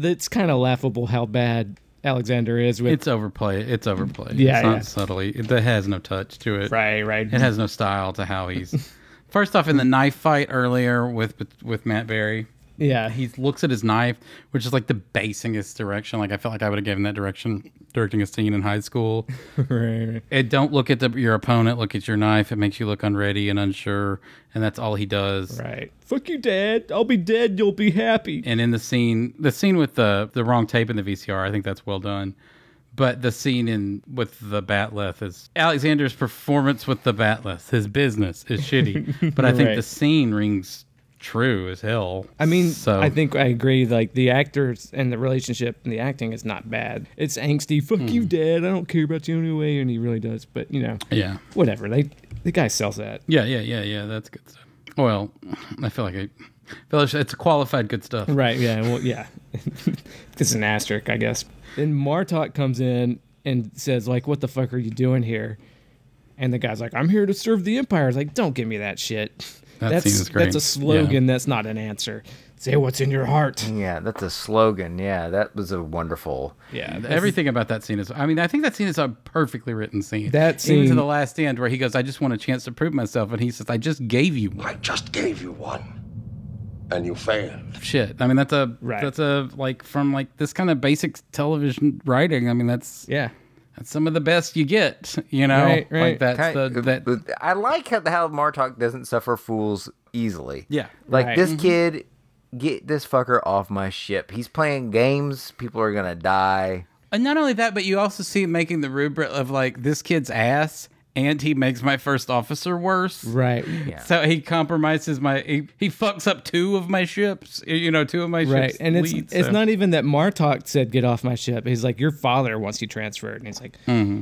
it's kind of laughable how bad alexander is with It's overplayed. It's overplayed. Yeah, it's not yeah. subtly. It that has no touch to it. right right It has no style to how he's. [LAUGHS] First off, in the knife fight earlier with with Matt Berry, [LAUGHS] yeah [LAUGHS] he he looks at his knife, which is like the basingest direction. Like I felt like I would have given that direction directing a scene in high school. right, right. It don't look at the, your opponent. Look at your knife. It makes you look unready and unsure, and that's all he does. right fuck you dad i'll be dead you'll be happy And in the scene, the scene with the the wrong tape in the VCR, I think that's well done. But the scene in with the batleth is Alexander's performance with the batleth. His business is [LAUGHS] shitty, but I think Right. the scene rings true as hell. I mean, so I think I agree. Like the actors and the relationship and the acting is not bad. It's angsty. Fuck you, Hmm. Dad. I don't care about you anyway, and he really does. But you know, yeah, whatever. They the guy sells that. yeah, yeah, yeah, yeah. That's good stuff. Well, I feel like I, I feel like it's qualified good stuff. Right. Yeah. Well. Yeah. [LAUGHS] it's an asterisk, I guess. Then Martok comes in and says, like, "What the fuck are you doing here?" And the guy's like, "I'm here to serve the empire." It's like, don't give me that shit. [LAUGHS] That that's seems great. that's a slogan. That's not an answer. Say what's in your heart. yeah, that's a slogan. Yeah, that was a wonderful. Yeah. that's- Everything about that scene is. I mean, I think that scene is a perfectly written scene. That even to scene- the last end where he goes, "I just want a chance to prove myself," and he says, "I just gave you one." I just gave you one. and you failed. Shit. I mean, that's a Right. that's a like from like this kind of basic television writing. I mean, that's Yeah. that's some of the best you get. You know, Right, right. like that's Kind- the that I like how, how Martok doesn't suffer fools easily. Yeah. Mm-hmm. Like Right. this kid, get this fucker off my ship. He's playing games. People are gonna die. And not only that, but you also see it making the rubric of like this kid's ass, and he makes my first officer worse. Right. So he compromises my he, he fucks up two of my ships. You know, two of my Right. ships. And it's leads, it's so- not even that Martok said get off my ship. He's like your father wants you transferred, and he's like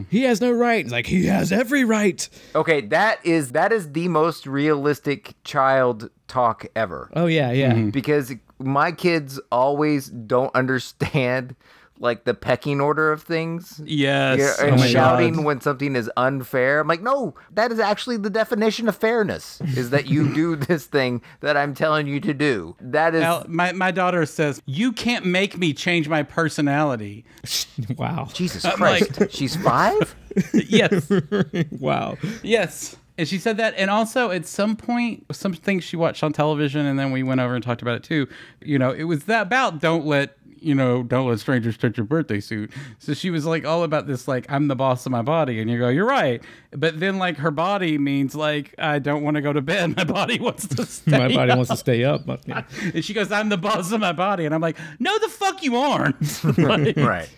he has no right. He's like he has every right. Okay, that is that is the most realistic child talk ever. Oh yeah, yeah. because my kids always don't understand like the pecking order of things. Yeah, Yes. Oh and my shouting God. when something is unfair. I'm like, no, that is actually the definition of fairness is [LAUGHS] that you do this thing that I'm telling you to do. That is Al- my, my daughter says, You can't make me change my personality. [LAUGHS] Wow. [LAUGHS] Jesus like- Christ. [LAUGHS] She's five? yes. Wow. Yes. And she said that. And also, at some point, some things she watched on television, and then we went over and talked about it too. You know, it was that about don't let, you know, don't let strangers touch your birthday suit. So she was like all about this, like, I'm the boss of my body. And you go, you're right. But then, like, her body means, like, I don't want to go to bed. My body wants to stay. My body wants to stay up. but- yeah. [LAUGHS] And she goes, I'm the boss of my body. And I'm like, no, the fuck you aren't. Like- [LAUGHS] Right.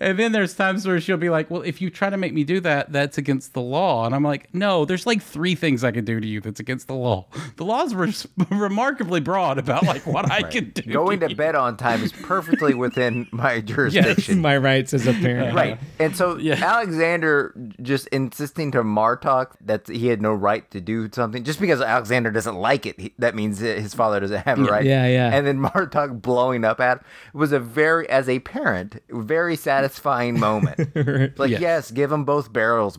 And then there's times where she'll be like, well, if you try to make me do that, that's against the law. And I'm like, no, there's like three things I can do to you that's against the law. The law's were [LAUGHS] remarkably broad about like what I can do. Going to you. bed on time is perfectly within [LAUGHS] my jurisdiction. My rights as a parent. Right. [LAUGHS] And so Alexander just insisting to Martok that he had no right to do something just because Alexander doesn't like it, he, that means that his father doesn't have a right. yeah, yeah. And then [LAUGHS] Martok blowing up at him was a very, as a parent, very satisfying [LAUGHS] moment. like, yes. give them both barrels,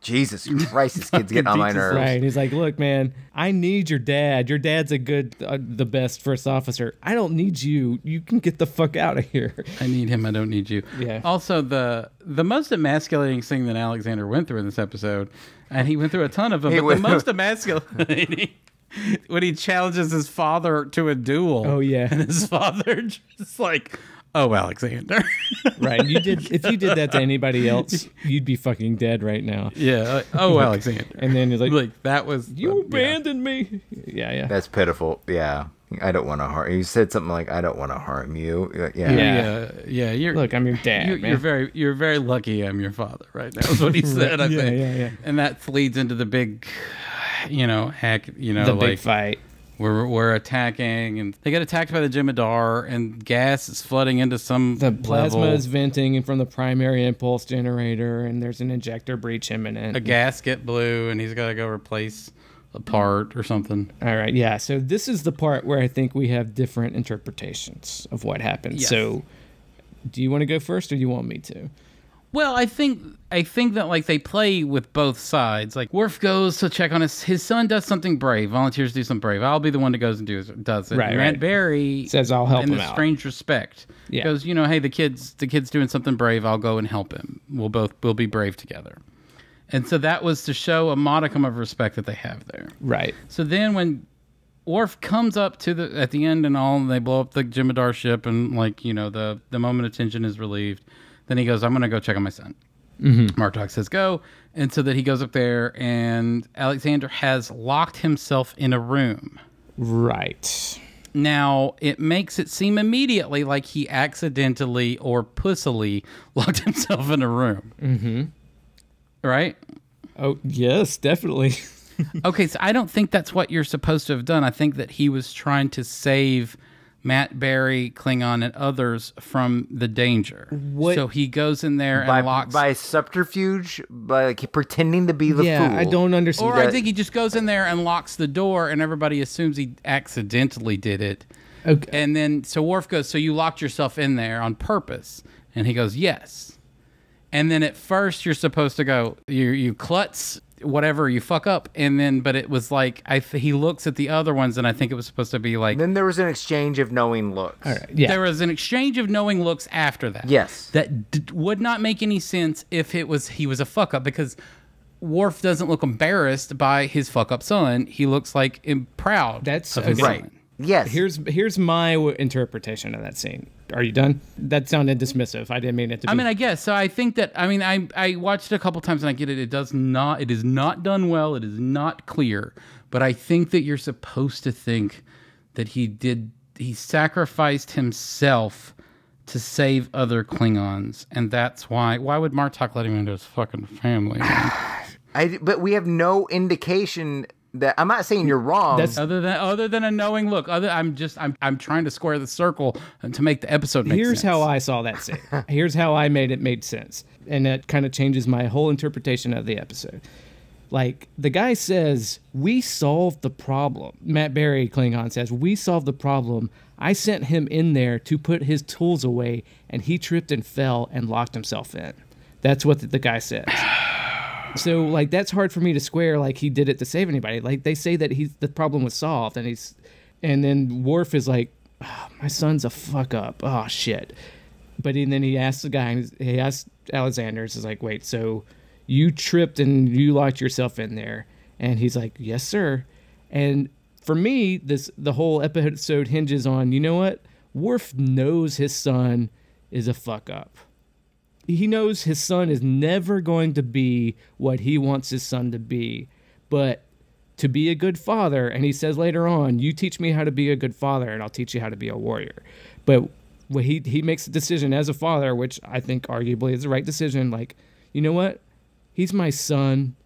[LAUGHS] Jesus Christ, this kid's getting on my Jesus, nerves. Right. He's like, look, man, I need your dad. Your dad's a good, uh, the best first officer. I don't need you. You can get the fuck out of here. I need him. I don't need you. Yeah. Also, the the most emasculating thing that Alexander went through in this episode, and he went through a ton of them, but went- the most emasculating [LAUGHS] when he challenges his father to a duel. Oh, yeah. And his father [LAUGHS] just like, oh Alexander. [LAUGHS] Right. You did, if you did that to anybody else, you'd be fucking dead right now. yeah. like, oh Alexander. [LAUGHS] And then he's like, like that was uh, you yeah. abandoned me. Yeah, yeah. That's pitiful. Yeah. I don't want to harm. You said something like, "I don't want to harm you." Uh, Yeah. Yeah. yeah, You're Look, I'm your dad, You, man. You're very, you're very lucky. I'm your father, right? That was what [LAUGHS] he said. I Yeah, think. yeah, yeah. And that leads into the big, you know, hack. You know, The like big fight. we're we're attacking, and they get attacked by the Jemadar, and gas is flooding into some The plasma level. is venting from the primary impulse generator, and there's an injector breach imminent. a gasket blew, and he's got to go replace a part or something. All right, yeah. So this is the part where I think we have different interpretations of what happened. Yes. So, do you want to go first, or you want me to? Well, I think I think that like they play with both sides. Like Worf goes to check on his his son does something brave, volunteers to do something brave. I'll be the one that goes and does does it. Right, Grant right. Barry Says, "I'll help in him this out." strange respect. Yeah. Goes, you know, hey, the kids the kid's doing something brave. I'll go and help him. We'll both we'll be brave together. And so that was to show a modicum of respect that they have there. Right. So then when Worf comes up to the at the end and all, and they blow up the Jemadar ship, and like you know the the moment of tension is relieved. Then he goes, "I'm gonna go check on my son." Martok says, "Go," and so that he goes up there, and Alexander has locked himself in a room. Right. Now it makes it seem immediately like he accidentally or pussily [LAUGHS] locked himself in a room. Mm-hmm. Right? Oh yes, definitely. Okay, so I don't think that's what you're supposed to have done. I think that he was trying to save Matt Berry, Klingon, and others from the danger. What- So he goes in there and By, locks. by subterfuge, by like, pretending to be the yeah, fool. I don't understand. or I think he just goes in there and locks the door, and everybody assumes he accidentally did it. okay. And then so Worf goes, "So you locked yourself in there on purpose?" And he goes, "Yes." And then at first you're supposed to go, "You you klutz." Whatever you fuck up, and then but it was like I th- he looks at the other ones, and I think it was supposed to be like Then there was an exchange of knowing looks. All yeah. there was an exchange of knowing looks after that. Yes. that d- would not make any sense if it was he was a fuck up because Worf doesn't look embarrassed by his fuck up son. He looks like im- proud. That's- of his okay. Right. son. Yes. Here's here's my w- interpretation of that scene. Are you done? That sounded dismissive. I didn't mean it to be. I mean, I guess so. I think that I mean, I I watched it a couple times and I get it. It does not. It is not done well. It is not clear. But I think that you're supposed to think that he did. He sacrificed himself to save other Klingons, and that's why. Why would Martok let him into his [LAUGHS] fucking family? I, but we have no indication that I'm not saying you're wrong. That's- other than other than a knowing look. Other, I'm just I'm I'm trying to square the circle and to make the episode. Make Here's sense. how I saw that scene. Here's how I made it made sense. And that kind of changes my whole interpretation of the episode. Like the guy says, "We solved the problem." Matt Berry Klingon says, "We solved the problem. I sent him in there to put his tools away, and he tripped and fell and locked himself in." That's what the- the guy says. So like that's hard for me to square. Like he did it to save anybody. Like they say that he's the problem was solved, and he's, and then Worf is like, "Oh, my son's a fuck up. Oh shit. But he- then he asks the guy, and he's- he asks Alexander, is like, wait, so you tripped and you locked yourself in there, and he's like, yes sir. And for me, this the whole episode hinges on you know what Worf knows his son is a fuck up he knows his son is never going to be what he wants his son to be, but to be a good father, and he says later on, "You teach me how to be a good father, and I'll teach you how to be a warrior." But when he he makes a decision as a father, which I think arguably is the right decision. Like, you know what? He's my son.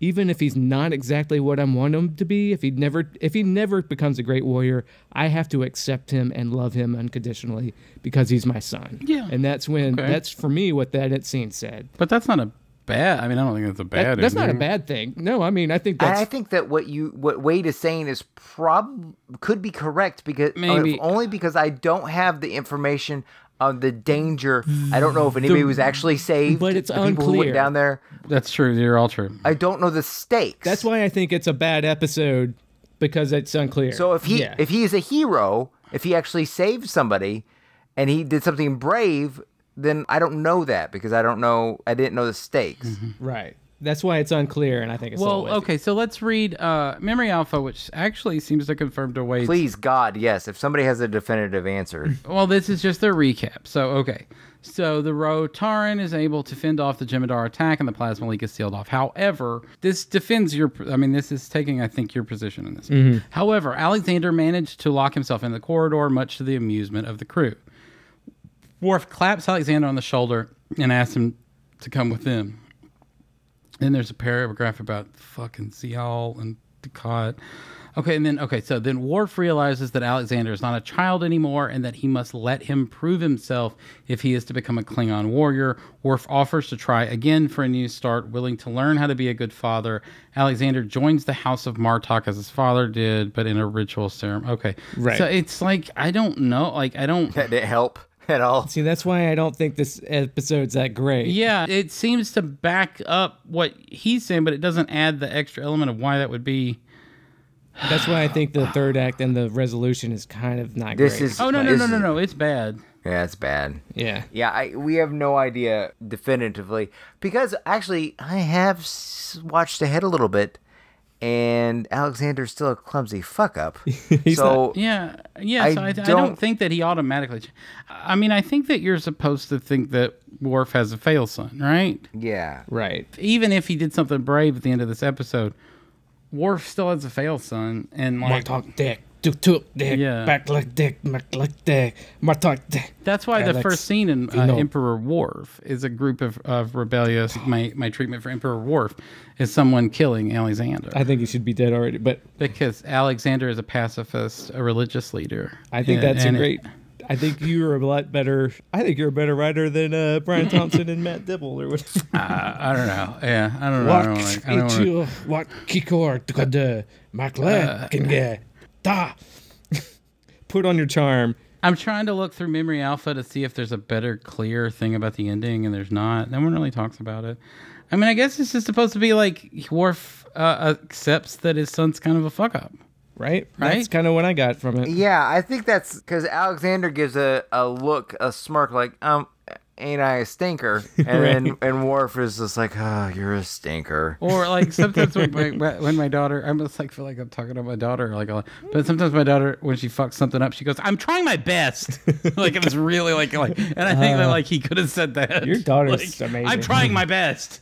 Even if he's not exactly what I want him to be, if he never if he never becomes a great warrior, I have to accept him and love him unconditionally because he's my son. Yeah. And that's when Okay. that's for me what that it scene said. But that's not a bad. I mean, I don't think that's a That- bad. that's not a ending. bad thing. No, I mean I think And that's I think that what you what Wade is saying is prob could be correct because uh, Maybe. only because I don't have the information of the danger. I don't know if anybody was actually saved, but it's the people who unclear. went down there. That's true. They're all true. I don't know the stakes. that's why I think it's a bad episode because it's unclear. So if he Yeah. if he is a hero, if he actually saved somebody, and he did something brave, then I don't know that because I don't know I didn't know the stakes. right. That's why it's unclear and I think it's all Well, with okay, so let's read uh, Memory Alpha, which actually seems to confirm to Wade. Please God, yes. If somebody has a definitive answer, Well, this is just their recap. So, okay. So the Rotaran is able to fend off the Jemadar attack and the plasma leak is sealed off. However, this defends your I mean this is taking I think your position in this. However, Alexander managed to lock himself in the corridor much to the amusement of the crew. Worf claps Alexander on the shoulder and asks him to come with them. Then there's a paragraph about fucking Zial and Ducat. Okay, and then okay, so then Worf realizes that Alexander is not a child anymore and that he must let him prove himself if he is to become a Klingon warrior. Worf offers to try again for a new start, willing to learn how to be a good father. Alexander joins the House of Martok as his father did, but in a ritual ceremony. Okay. Right. So it's like I don't know, like I don't did it help [LAUGHS] at all? See, that's why I don't think this episode's that great. Yeah, it seems to back up what he's saying, but it doesn't add the extra element of why that would be. That's why I think the third act and the resolution is kind of not This great. is Oh no no this no no is- no! It's bad. Yeah, it's bad. yeah. Yeah, I, we have no idea definitively because actually I have s- watched ahead a little bit, and Alexander's still a clumsy fuck up. so Yeah yeah. I so I, I don't don't- think that he automatically. ch- I mean, I think that you're supposed to think that Worf has a fail son, right? yeah, Right. Even if he did something brave at the end of this episode, Worf still has a fail son, and like Martok dick. Tuk tuk dick. Yeah. Back like dick. Back like dick. Martok dick. That's why the Alex, first scene in you uh, know- Emperor Worf is a group of, of rebellious. My, my treatment for Emperor Worf is someone killing Alexander I think he should be dead already, but because Alexander is a pacifist, a religious leader. I think And- that's a and it- great. I think you're a lot better. I think you're a better writer than uh, [LAUGHS] Brian Thompson and Matt Dibble or whatever. I, I don't know. Yeah, I don't know. I don't like- Uh, I don't wanna- What what kikor tukade makle kinge ta. [LAUGHS] Put on your charm. I'm trying to look through Memory Alpha to see if there's a better, clear thing about the ending, and there's not. No one really talks about it. I mean, I guess this is supposed to be like Worf uh, accepts that his son's kind of a fuck up. Right. That's Right? kind of what I got [LAUGHS] from it. yeah. I think that's because Alexander gives a, a look, a smirk, like um, ain't I a [LAUGHS] stinker? And then, and Worf is just like, oh, you're a stinker. Or like sometimes when [LAUGHS] my, when my daughter, I almost like feel like I'm talking to my daughter like a lot. But sometimes my daughter, when she fucks something up, she goes, "I'm trying [LAUGHS] my best." like it was really like like, and I think that like he could have said that. your daughter's Like, amazing. I'm [LAUGHS] trying my best.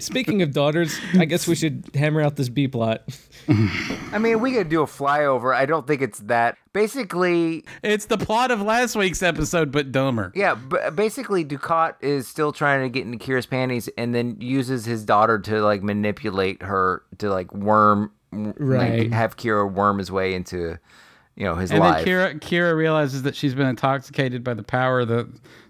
Speaking of daughters, I guess we should hammer out this B plot. I mean, we could do a flyover. I don't think it's that. Basically, It's the plot of last week's episode, but dumber. yeah, b- basically, Ducat is still trying to get into Kira's panties and then uses his daughter to like manipulate her to like worm, Right. like, have Kira worm his way into, you know, his And life. then Kira Kira realizes that she's been intoxicated by the power that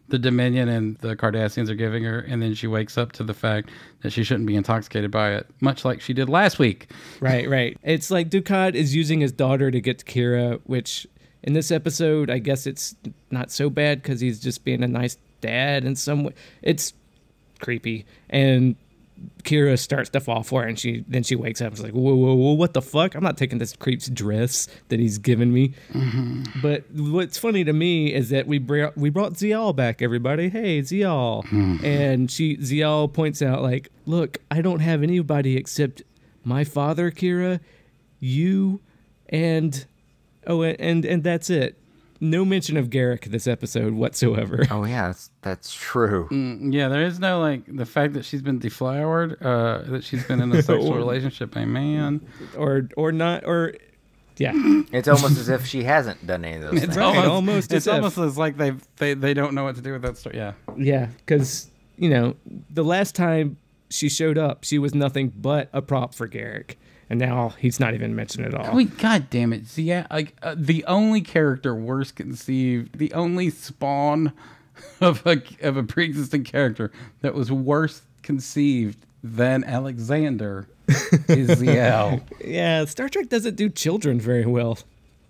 the Dominion and the Cardassians are giving her, and then she wakes up to the fact that she shouldn't be intoxicated by it, much like she did last week. [LAUGHS] Right, right. It's like Ducat is using his daughter to get to Kira, which in this episode, I guess it's not so bad because he's just being a nice dad in some way. It's creepy. And Kira starts to fall for it, and she then she wakes up and is like, whoa, whoa, whoa, what the fuck? I'm not taking this creep's dress that he's given me. But what's funny to me is that we br- we brought Zial back, everybody. Hey, Zial, Hmm. and she Zial points out like, look, I don't have anybody except my father, Kira, you, and oh, and and that's it. No mention of Garrick this episode whatsoever. oh yeah, that's that's true. Yeah, there is no like the fact that she's been deflowered, uh, that she's been in a sexual relationship by a man. [LAUGHS] or or not or [LAUGHS] yeah. It's almost as if she hasn't done any of those things. Right, almost as It's if. almost as like they they they don't know what to do with that story. Yeah, Yeah, cuz you know, the last time she showed up, she was nothing but a prop for Garrick. And now he's not even mentioned at all. we god damn it, Zia, like uh, the only character worse conceived, the only spawn [LAUGHS] of a of a pre-existing character that was worse conceived than Alexander is Ziel. yeah, Star Trek doesn't do children very well,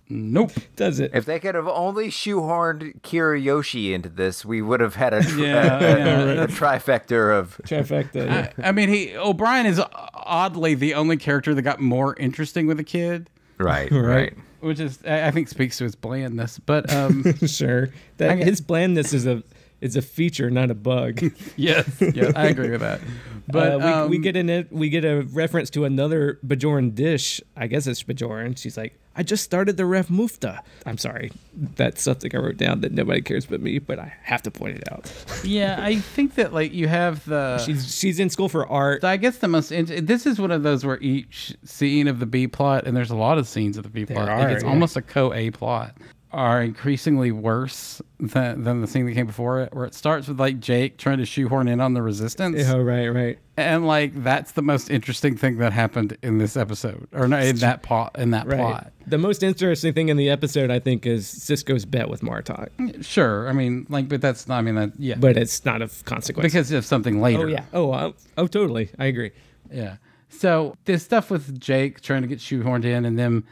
Nope. does it? If they could have only shoehorned Kiriyoshi into this, we would have had a, tri- Yeah, yeah, a, [LAUGHS] trifecta of. Trifecta. yeah. I mean, he O'Brien is oddly the only character that got more interesting with a kid. Right, right. which is I I think speaks to his blandness. But um, [LAUGHS] sure. That got- his blandness is a is a feature, not a bug. yes, yes, I agree with that. [LAUGHS] But uh, we, we um, get an we get a reference to another Bajoran dish. I guess it's Bajoran. She's like, I just started the ref mufta. I'm sorry, that's something I wrote down that nobody cares but me, but I have to point it out. yeah, I think that like you have the. She's she's in school for art. I guess the most int- this is one of those where each scene of the B plot, and there's a lot of scenes of the B plot. like are, it's yeah. almost a co A plot. Are increasingly worse than, than the scene that came before it, where it starts with like Jake trying to shoehorn in on the resistance, Oh right, right. and like that's the most interesting thing that happened in this episode, or no, in that plot, in that Right. plot. The most interesting thing in the episode, I think, is Cisco's bet with Martok, Sure, I mean, like, but that's not. I mean, that yeah, but it's not of consequence. because of something later. oh yeah. Oh I, oh totally. I agree. yeah. So this stuff with Jake trying to get shoehorned in, and them,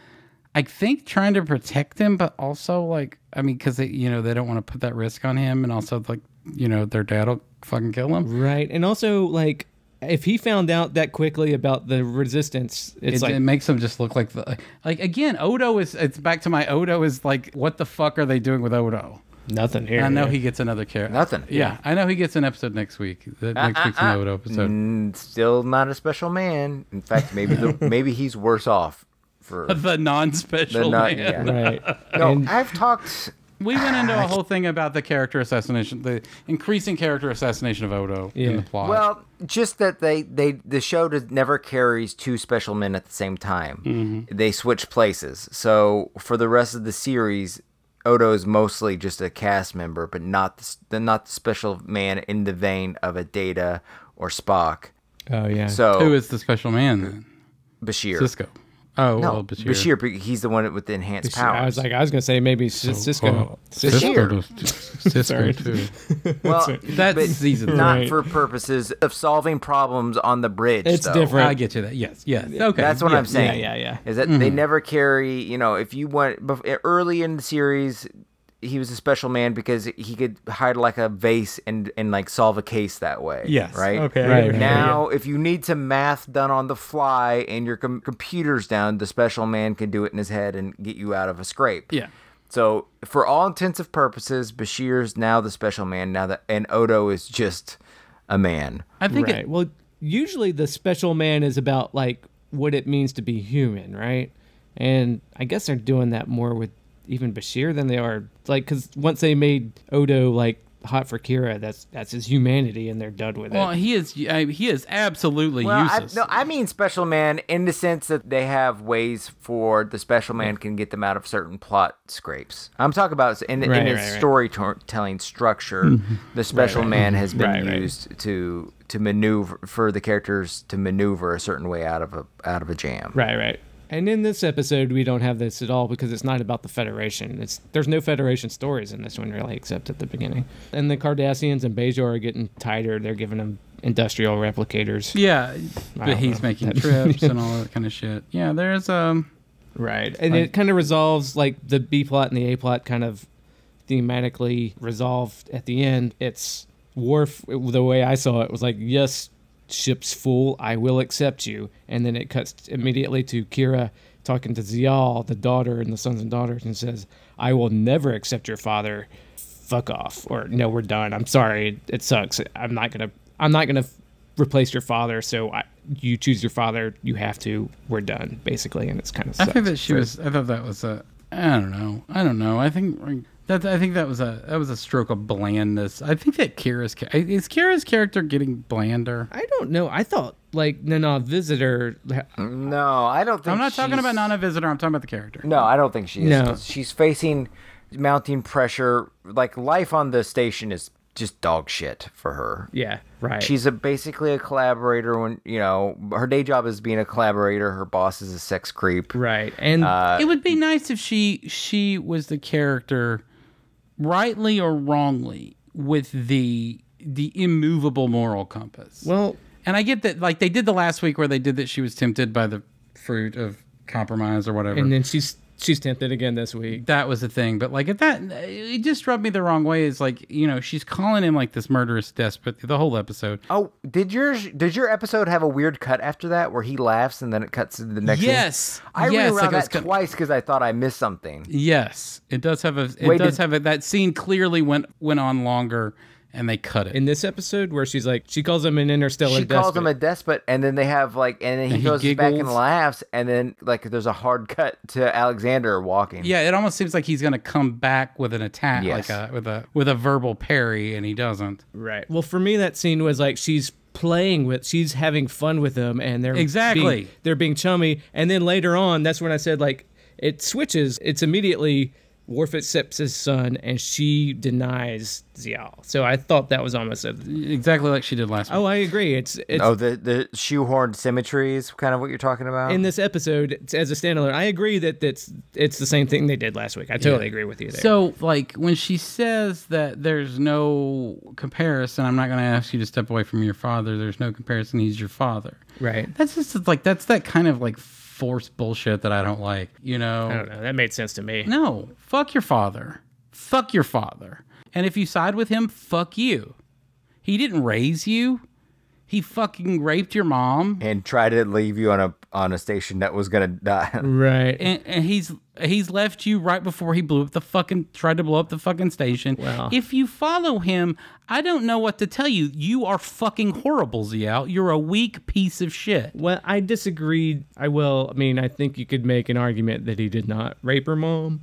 I think trying to protect him, but also like, I mean, because they, you know, they don't want to put that risk on him, and also like, you know, their dad will fucking kill him. Right, and also like. If he found out that quickly about the resistance, it's It, like it makes them just look like the like again. Odo is it's back to my Odo is like what the fuck are they doing with Odo? nothing here. I know he gets another character. Nothing. Yeah, I know he gets an episode next week. The, Uh, next week's an Odo episode. And still not a special man. In fact, [LAUGHS] maybe the, maybe he's worse off for The non-special. the not. man. Yeah. [LAUGHS] right. No, I've talked. We went into a whole thing about the character assassination, the increasing character assassination of Odo in Yeah. the plot. Well, just that they they the show does, never carries two special men at the same time. Mm-hmm. They switch places. So for the rest of the series, Odo is mostly just a cast member, but not the, s- the not the special man in the vein of a Data or Spock. Oh yeah. So who is the special man then? Bashir? Cisco. Oh, No, well, Bashir. Bashir. be- he's the one with the enhanced powers. I was like, I was gonna say maybe Sis- Cisco. Oh, Cisco. Cisco. [LAUGHS] Cisco too. well, That's but season not Right. for purposes of solving problems on the bridge. It's though. three. different. I get you that. Yes. Yes. Okay. That's what yeah, Mm. I'm saying. yeah, yeah. Is that they never carry, you know, if you want bef- e, early in the series, he was a special man because he could hide like a vase and and like solve a case that way. Yes. Right. Okay, I Right, right, Now, if you need some math done on the fly and your com- computer's down, the special man can do it in his head and get you out of a scrape. Yeah. So, for all intents and purposes, Bashir's now the special man. Now that and Odo is just a man. I think right. it, well, usually the special man is about like what it means to be human, right? And I guess they're doing that more with even Bashir than they are like because once they made Odo like hot for Kira, that's that's his humanity, and they're done with well, it. he is I, he is absolutely Well, I, useless. no, I mean special man in the sense that they have ways for the special man can get them out of certain plot scrapes. I'm talking about in, Right, in its right, right. [LAUGHS] storytelling structure, the special man has been Right, right. used to to maneuver for the characters to maneuver a certain way out of a out of a jam. Right, right. And in this episode, we don't have this at all because it's not about the Federation. It's there's no Federation stories in this one really, except at the beginning. And the Cardassians and Bajor are getting tighter. They're giving them industrial replicators. yeah, but don't he's know. making [LAUGHS] trips and all that kind of shit. Yeah, there's um Right. And it kind of resolves like the B plot and the A plot kind of thematically resolved at the end. It's Worf, the way I saw it, was like, yes, ship's full, I will accept you. And then it cuts immediately to Kira talking to Zial, the daughter and the sons and daughters, and says, I will never accept your father. Fuck off. Or no, we're done. I'm sorry. It sucks. I'm not going to, I'm not going to replace your father. So I, you choose your father. You have to. We're done, basically. And it's kind of I sucks. think that she was. I thought that was a. I don't know. I don't know. I think like, that. I think that was a. That was a stroke of blandness. I think that Kira's. cha- Is Kira's character getting blander? I don't know. I thought like Nana Visitor. Hmm? No, I don't think I'm not talking she's- about Nana Visitor. I'm talking about the character. No, I don't think she is. No. She's facing mounting pressure. Like life on the station is just dog shit for her. Yeah, right. She's a basically a collaborator when, you know, her day job is being a collaborator, her boss is a sex creep. right, and Uh, it would be nice if she she was the character, rightly or wrongly, with the the immovable moral compass. well, And I get that, like they did the last week where they did that. She was tempted by the fruit of compromise or whatever. and then she's she's tempted again this week. that was the thing. But like at that, it just rubbed me the wrong way. Is like you know she's calling him like this murderous despot the whole episode. Oh, did your did your episode have a weird cut after that where he laughs and then it cuts to the next scene? Yes. I Yes, rewound like I was that gonna- twice because I thought I missed something. Yes, it does have a. It Wait, does did- have a. That scene clearly went went on longer, and they cut it. In this episode, where she's like, she calls him an interstellar. She calls him a despot. despot, and then they have like, and then he, And he goes back and giggles. laughs, and then like there's a hard cut to Alexander walking. yeah, it almost seems like he's gonna come back with an attack, Yes. like a with a with a verbal parry, and he doesn't. right. Well, for me, that scene was like she's playing with, she's having fun with him, and they're Exactly. being- they're being chummy. And then later on, that's when I said like it switches. It's immediately. Worf accepts his son, and she denies Zial. So I thought that was almost a. Exactly like she did last week. Oh, I agree. It's it's Oh, the the shoehorned symmetry is kind of what you're talking about. in this episode it's- as a standalone. I agree that that's it's the same thing they did last week. I totally agree with you there. So, like, when she says that there's no comparison, I'm not going to ask you to step away from your father. There's no comparison. He's your father. right. That's just like, that's that kind of like force bullshit that I don't like, you know? I don't know. That made sense to me. No, fuck your father. Fuck your father. And if you side with him, fuck you. He didn't raise you. He fucking raped your mom. and try to leave you on a on a station that was gonna die. Right. and, and he's he's left you right before he blew up the fucking tried to blow up the fucking station. Wow. If you follow him, I don't know what to tell you. You are fucking horrible, Ziao. You're a weak piece of shit. well, I disagreed. I will. I mean, I think you could make an argument that he did not rape her mom,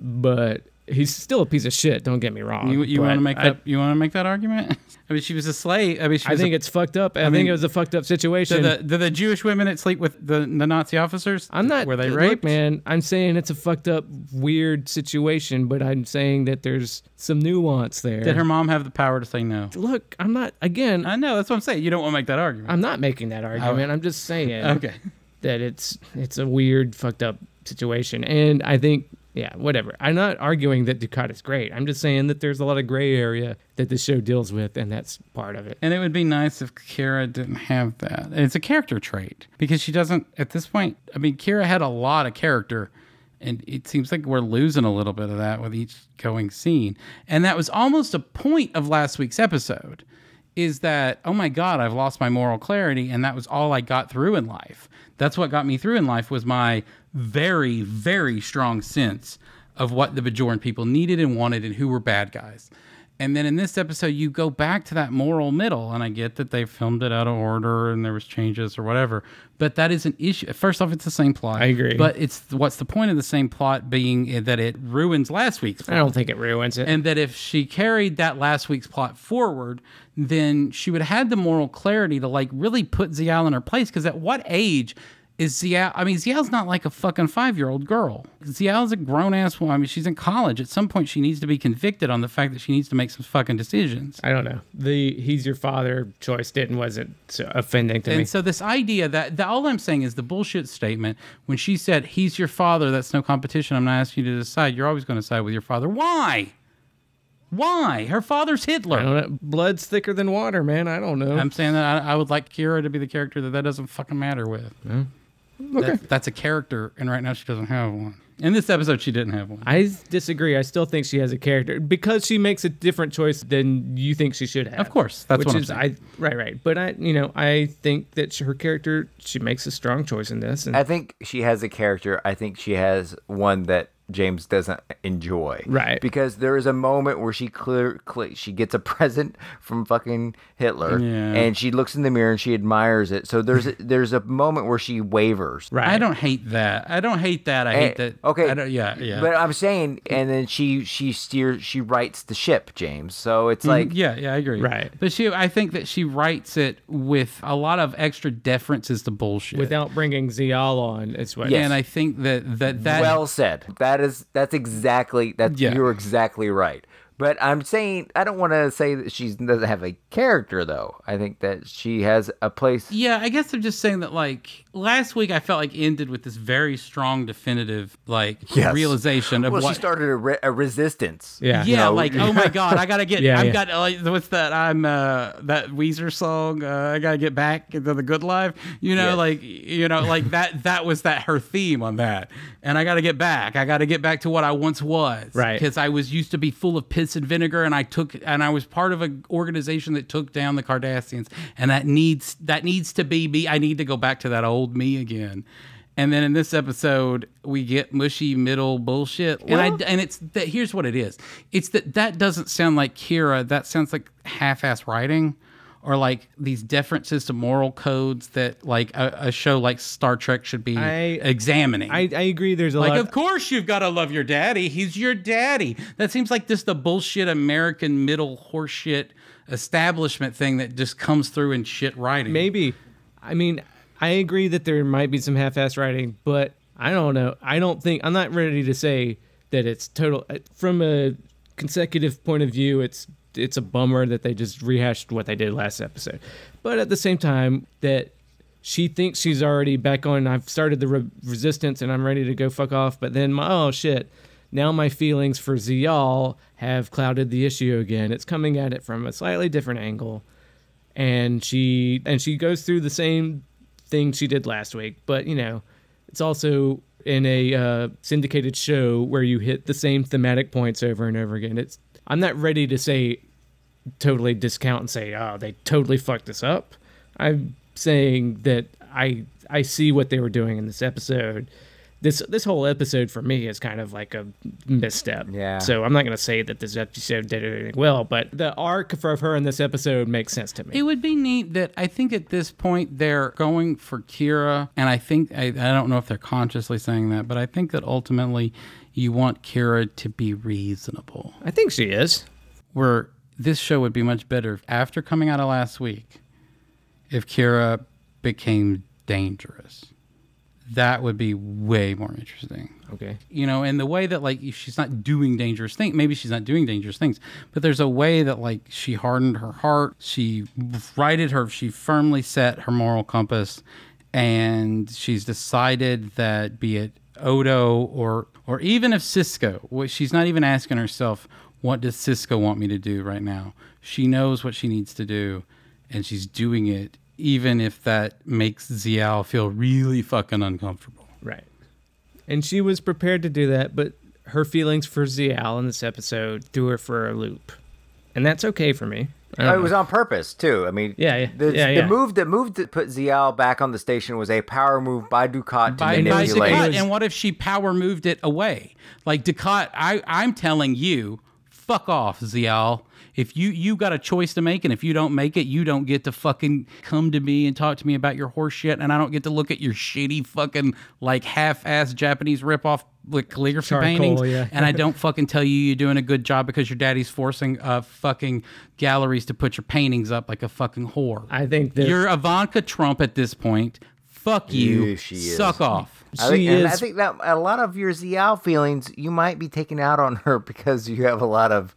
but he's still a piece of shit. Don't get me wrong. You, you want to but make I- that you want to make that argument? [LAUGHS] I mean, she was a slave. I mean, she I was think a, it's fucked up. I, think mean, it was a fucked up situation. the, the the Jewish women that sleep with the, the Nazi officers. I'm not. Were they look, raped? man? I'm saying it's a fucked up, weird situation, but I'm saying that there's some nuance there. Did her mom have the power to say no? look, I'm not. Again, I know. That's what I'm saying. You don't want to make that argument. I'm not making that argument. I'm just saying Oh. okay. that it's it's a weird, fucked up situation. And I think, yeah, whatever. I'm not arguing that Ducat is great. I'm just saying that there's a lot of gray area that the show deals with, and that's part of it. And it would be nice if Kira didn't have that. And It's a character trait because she doesn't, at this point, I mean, Kira had a lot of character, and it seems like we're losing a little bit of that with each going scene. And that was almost a point of last week's episode is that, oh my God, I've lost my moral clarity, and that was all I got through in life. That's what got me through in life was my very, very strong sense of what the Bajoran people needed and wanted and who were bad guys. And then in this episode, you go back to that moral middle, and I get that they filmed it out of order and there was changes or whatever, but that is an issue. First off, it's the same plot. I agree. but it's what's the point of the same plot being that it ruins last week's I don't think it ruins it. and that if she carried that last week's plot forward, then she would have had the moral clarity to like really put Zial in her place. Because at what age is Zial? I mean, Zial's not like a fucking five year old girl. Zial's a grown ass woman. I mean, she's in college. At some point, she needs to be convicted on the fact that she needs to make some fucking decisions. I don't know. The he's your father choice didn't wasn't so offending to me. And so this idea that, that all I'm saying is the bullshit statement when she said he's your father, that's no competition. I'm not asking you to decide. You're always going to side with your father. Why? Why? Her father's Hitler. I don't know. Blood's thicker than water, man. I don't know. [LAUGHS] I'm saying that I, I would like Kira to be the character that that doesn't fucking matter with. That, that's a character, and right now she doesn't have one. In this episode, she didn't have one. I disagree. I still think she has a character because she makes a different choice than you think she should have. Of course, that's which what I'm is saying. I right, right. But I, you know, I think that sh- her character she makes a strong choice in this. And, I think she has a character. I think she has one that James doesn't enjoy. Right. Because there is a moment where she clear, cle she gets a [LAUGHS] present from fucking Hitler Yeah. and she looks in the mirror and she admires it. [LAUGHS] So there's a, there's a moment where she wavers. right. I, don't hate that. I don't hate that. I hate that. Eh, Okay. I don't, yeah, yeah. But I'm saying, and then she she steers she writes the ship, James. So it's like yeah, yeah, I agree. Right. But she, I think that she writes it with a lot of extra deference is the bullshit. Without bringing Zial on, it's what. Yes. and I think that that that well said. That is that's exactly that Yeah. you're exactly right. But I'm saying I don't want to say that she doesn't have a character though. I think that she has a place. Yeah, I guess I'm just saying that like last week I felt like ended with this very strong, definitive like Yes. realization of Well, what she started a, re- a resistance. Yeah. Yeah, No. like oh my god, I gotta get. [LAUGHS] Yeah, I've yeah. got like what's that? I'm uh that Weezer song. Uh, I gotta get back into the good life. You know, Yes. like you know, [LAUGHS] like that. That was that her theme on that. And I gotta get back. I gotta get back to what I once was. Right. Because I was used to be full of piss and vinegar, and I took and I was part of an organization that took down the Kardashians, and that needs that needs to be me. I need to go back to that old me again. And then in this episode, we get mushy middle bullshit. and I and it's that here's what it is. It's that that doesn't sound like Kira. That sounds like half-ass writing, or like these deferences to moral codes that like a, a show like Star Trek should be I- examining. I, I agree. There's a like, lot. of course you've got to love your daddy. He's your daddy. That seems like just the bullshit American middle horseshit establishment thing that just comes through in shit writing. Maybe. I mean, I agree that there might be some half-ass writing, but I don't know. I don't think I'm not ready to say that it's total uh, from a consecutive point of view. It's it's a bummer that they just rehashed what they did last episode, but at the same time that she thinks she's already back on. I've started the re- resistance and I'm ready to go fuck off. But then my oh shit. Now my feelings for Zial have clouded the issue again. It's coming at it from a slightly different angle and she and she goes through the same thing she did last week but you know it's also in a uh, syndicated show where you hit the same thematic points over and over again it's i'm not ready to say totally discount and say oh they totally fucked this up i'm saying that i i see what they were doing in this episode this this whole episode for me is kind of like a misstep Yeah. so i'm not going to say that this episode did anything well but the arc for her in this episode makes sense to me It would be neat that I think at this point they're going for Kira, and I think I, I don't know if they're consciously saying that, but I think that ultimately you want Kira to be reasonable. I think she is. Where this show would be much better if, after coming out of last week if Kira became dangerous. That would be way more interesting Okay. you know, and the way that like if she's not doing dangerous things. Maybe she's not doing dangerous things, but there's a way that like she hardened her heart, she righted her, she firmly set her moral compass, and she's decided that be it Odo or or even if Cisco, what she's not even asking herself, what does Cisco want me to do right now? She knows what she needs to do, and she's doing it, even if that makes Zial feel really fucking uncomfortable. Right. And she was prepared to do that, but her feelings for Zial in this episode threw her for a loop. and that's okay for me. I Oh, don't it was on purpose too. I mean, Yeah, yeah, the, yeah, the yeah. move that moved to put Zial back on the station was a power move by Ducat to by, by manipulate. Ducat, was- and what if she power moved it away? Like Ducat, I, I'm telling you, fuck off, Zial. If you you got a choice to make, and if you don't make it, you don't get to fucking come to me and talk to me about your horse shit, and I don't get to look at your shitty fucking like half-ass Japanese ripoff like calligraphy Charcoal, paintings, yeah. [LAUGHS] and I don't fucking tell you you're doing a good job because your daddy's forcing uh fucking galleries to put your paintings up like a fucking whore. I think that [LAUGHS] You're Ivanka Trump at this point. Fuck you. Yeah, she is. Suck off. I think, she and I is- think that a lot of your Zial feelings you might be taking out on her [LAUGHS] because you have a lot of.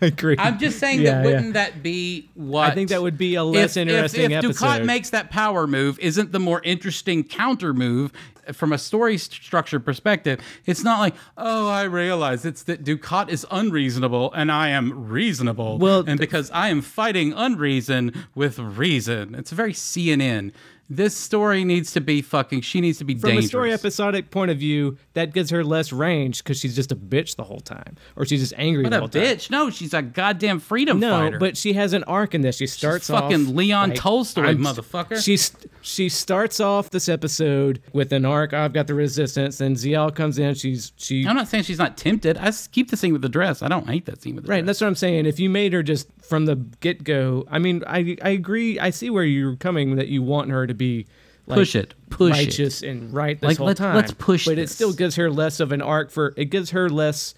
agree. I'm just saying Yeah, that yeah. wouldn't that be what I think that would be a less if, interesting if, if episode. Ducat makes that power move, isn't the more interesting counter move uh, from a story st- structure perspective? It's not like, oh, I realize it's that Ducat is unreasonable and I am reasonable. Well, and because I am fighting unreason with reason, it's very CNN. This story needs to be fucking. She needs to be From dangerous. a story episodic point of view, that gives her less range because she's just a bitch the whole time, or she's just angry What the a whole time. bitch! No, she's a goddamn freedom No, fighter. but she has an arc in this. She starts off fucking Leon like, Tolstoy, I'm- motherfucker. She's she starts off this episode with an arc. I've got the resistance, and Zial comes in. She's she I'm not saying she's not tempted. I s- keep the scene with the dress. I don't hate that scene with the Right, and dress. that's what I'm saying. If you made her just from the get go, I mean, I I agree. I see where you're coming that you want her to be like, Push it. Push it. righteous and right this Like, whole let's- time. let's push but this. it still gives her less of an arc for. It gives her less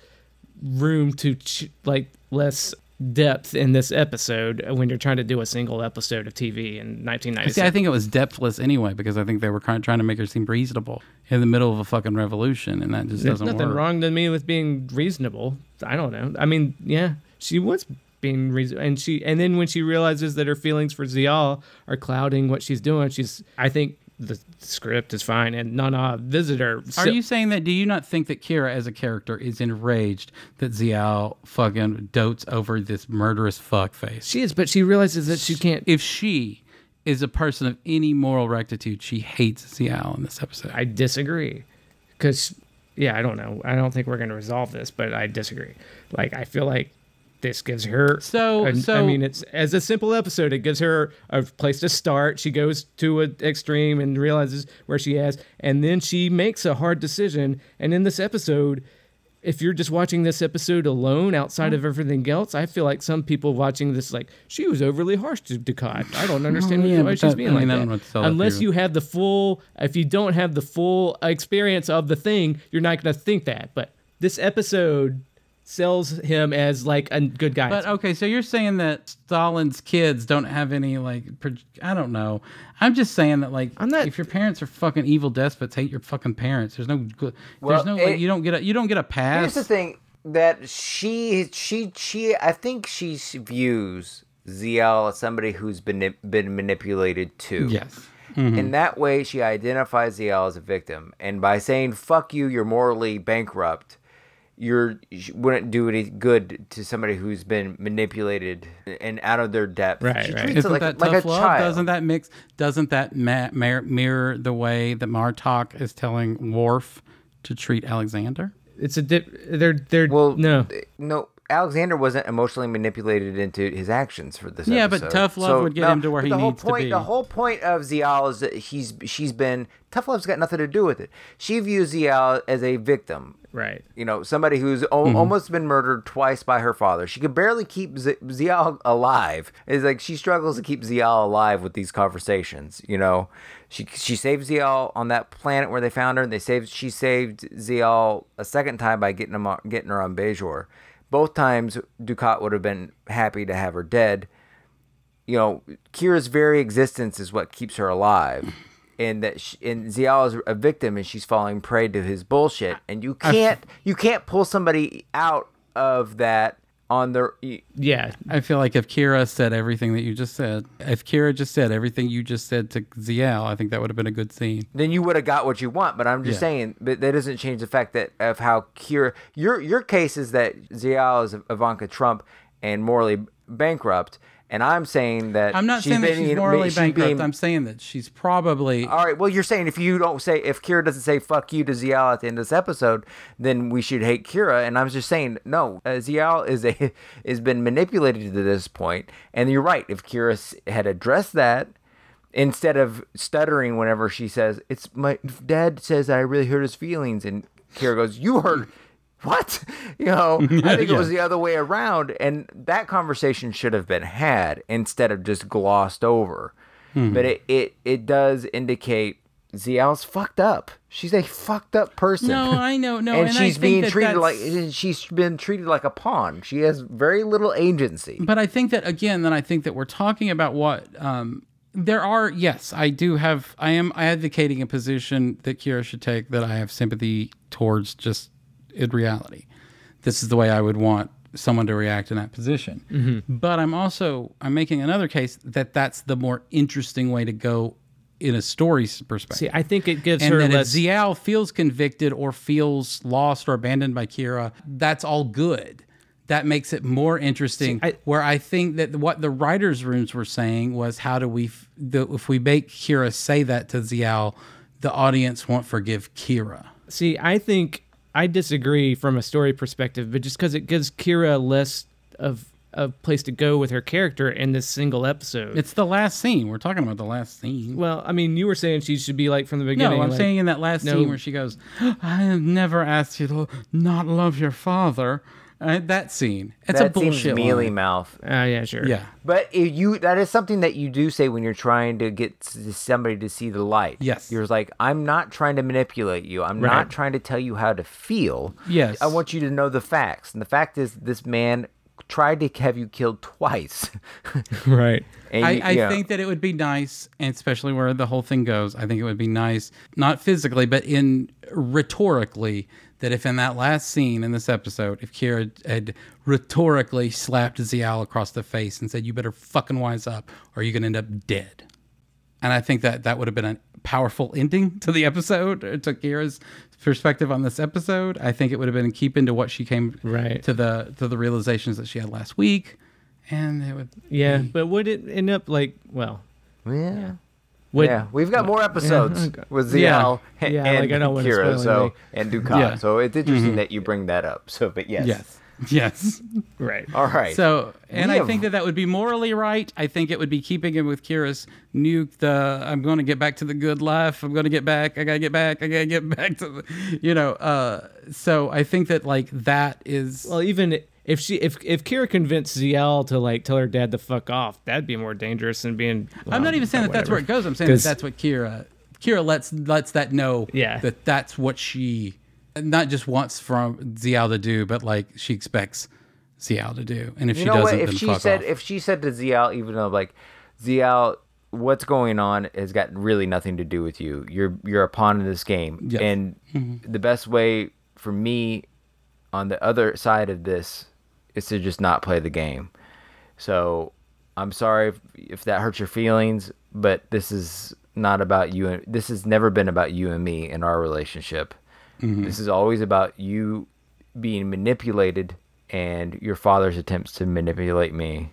room to ch- like less depth in this episode when you're trying to do a single episode of TV in 1997. See, I think it was depthless anyway because I think they were kind of trying to make her seem reasonable in the middle of a fucking revolution, and that just There's doesn't nothing work. wrong to me with being reasonable. I don't know. I mean, yeah, she was being reasonable, and she, and then when she realizes that her feelings for Zial are clouding what she's doing, she's. I think the script is fine, and Nana visitor. Are you saying that? Do you not think that Kira, as a character, is enraged that Zial fucking dotes over this murderous fuckface? She is, but she realizes that she can't. If she is a person of any moral rectitude, she hates Zial in this episode. I disagree, because yeah, I don't know. I don't think we're going to resolve this, but I disagree. Like I feel like this gives her So- I- I so- mean, it's as a simple episode. It gives her a place to start. She goes to an extreme and realizes where she is, and then she makes a hard decision. And in this episode. If you're just watching this episode alone outside Mm. of everything else, I feel like some people watching this like she was overly harsh to Ducat. I [LAUGHS] don't understand Oh, yeah, why but she's that- being I mean, I like don't know that. what to tell that Unless theory. you have the full if you don't have the full experience of the thing you're not going to think that but this episode sells him as like a good guy But uh, okay, so you're saying that Stalin's kids don't have any like pro- I don't know. I'm just saying that like I'm not- if your parents are fucking evil despots, hate your fucking parents. There's no good. Well, there's no like, it- you don't get a you don't get a Here's pass. the thing that she she she I think she s- views Zial as somebody who's been been manipulated too. Yes. In that way, she identifies Zial as a victim, and by saying "fuck you," you're morally bankrupt. You're you wouldn't do any good to somebody who's been manipulated and out of their depth. Right, she right. treats it Isn't like, that like tough a love? child. Doesn't that mix? Doesn't that ma- mir- mirror the way that Martok is telling Worf to treat Alexander? it's a dip they're they're Well, uh, no th- no. Alexander wasn't emotionally manipulated into his actions for this. Yeah, but episode. tough love would get him to where but he the whole needs to point, be. The whole point of Zial is that he's she's been tough love's got nothing to do with it. She views Zial as a victim. right You know, somebody who's o- almost been murdered twice by her father. She could barely keep Z- Zial alive. It's like she struggles to keep Zial alive with these conversations. You know, she she saved Zial on that planet where they found her. And they saved she saved Zial a second time by getting him on, getting her on Bejor. Both times, Ducat would have been happy to have her dead you know, Kira's very existence is what keeps her alive. And that she, and Zial is a victim, and she's falling prey to his bullshit. And you can't you can't pull somebody out of that on their. You, yeah I feel like if Kira said everything that you just said, if Kira just said everything you just said to Zial, I think that would have been a good scene. then you would have got what you want. But I'm just Yeah. saying, but that doesn't change the fact that of how Kira your your case is that Zial is Ivanka Trump and morally bankrupt, And I'm saying that I'm not saying that being- she's morally she's bankrupt. being- I'm saying that she's probably all right. Well, you're saying if you don't say if Kira doesn't say "fuck you" to Zial at the end of this episode, then we should hate Kira. And I was just saying, no, uh, Zial is a [LAUGHS] has been manipulated to this point. And you're right. If Kira s- had addressed that instead of stuttering whenever she says, "It's my dad says I really hurt his feelings," and Kira goes, "You hurt." What? [LAUGHS] You know, [LAUGHS] I think it was the other way around. And that conversation should have been had instead of just glossed over Mm-hmm. but it, it it does indicate Zial's fucked up. She's a fucked up person. No, I know, no, and, and I she's think being that treated like that's- and she's been treated like a pawn. She has very little agency. But I think that again, then I think that we're talking about what um, there are. Yes, I do have. I am advocating a position that Kira should take that I have sympathy towards. Just in reality, this is the way I would want someone to react in that position. But I'm also I'm making another case that that's the more interesting way to go in a story perspective. See, I think it gives and her that if less. Zial feels convicted or feels lost or abandoned by Kira, that's all good. That makes it more interesting. I- where I think that what the writers' rooms were saying was, how do we, f- the, if we make Kira say that to Zial, the audience won't forgive Kira. see, I think I disagree from a story perspective, but just because it gives Kira less of a place to go with her character in this single episode. It's the last scene. We're talking about the last scene. well, I mean, you were saying she should be like from the no, beginning. I'm like- saying in that last no. scene where she goes, "I have never asked you to not love your father." Uh, that scene. It's a that bullshit. seems line. mealy mouth. Ah, yeah, sure. Yeah. But if you that is something that you do say when you're trying to get s- somebody to see the light. Yes. You're like, I'm not trying to manipulate you. I'm not trying to tell you how to feel. Yes. I want you to know the facts. And the fact is this man tried to have you killed twice. [LAUGHS] Right. And I, you- I you know, think that it would be nice, and especially where the whole thing goes, I think it would be nice, not physically, but in rhetorically, that if in that last scene in this episode, if Kira had rhetorically slapped Zial across the face and said, "You better fucking wise up, or you're gonna end up dead," and I think that that would have been a powerful ending [LAUGHS] to the episode, or to Kira's perspective on this episode. I think it would have been in keeping to what she came Right. to the to the realizations that she had last week, and it would. [LAUGHS] Yeah, but would it end up like? Well, yeah. would yeah, we've got more episodes with ZL and, Yeah, like, I and don't wanna Kira, spoil so anything. and Dukat. Yeah. So it's interesting that you bring that up. So, but yes, Yes. Yes. right? all right. So, and We I have- think that that would be morally right. I think it would be keeping him with Kira's new. The I'm going to get back to the good life. I'm going to get back. I gotta get back. I gotta get back to the. You know. Uh. So I think that like that is. Well, even if she, if if Kira convinced Ziel to like tell her dad to fuck off, that'd be more dangerous than being. I'm um, well, not even saying that that's where it whatever. goes. I'm saying that 'Cause- that's what Kira. Kira lets lets that know. Yeah. That that's what she, not just wants from Zial to do, but like she expects Zial to do. And if you she know doesn't, what? If then she fuck said, off. if she said to ZL, even though like ZL, what's going on has got really nothing to do with you. You're you're a pawn in this game, Yes. Mm-hmm. and the best way for me on the other side of this is to just not play the game. So I'm sorry if, if that hurts your feelings, but this is not about you. And, this has never been about you and me in our relationship. Mm-hmm. This is always about you being manipulated and your father's attempts to manipulate me.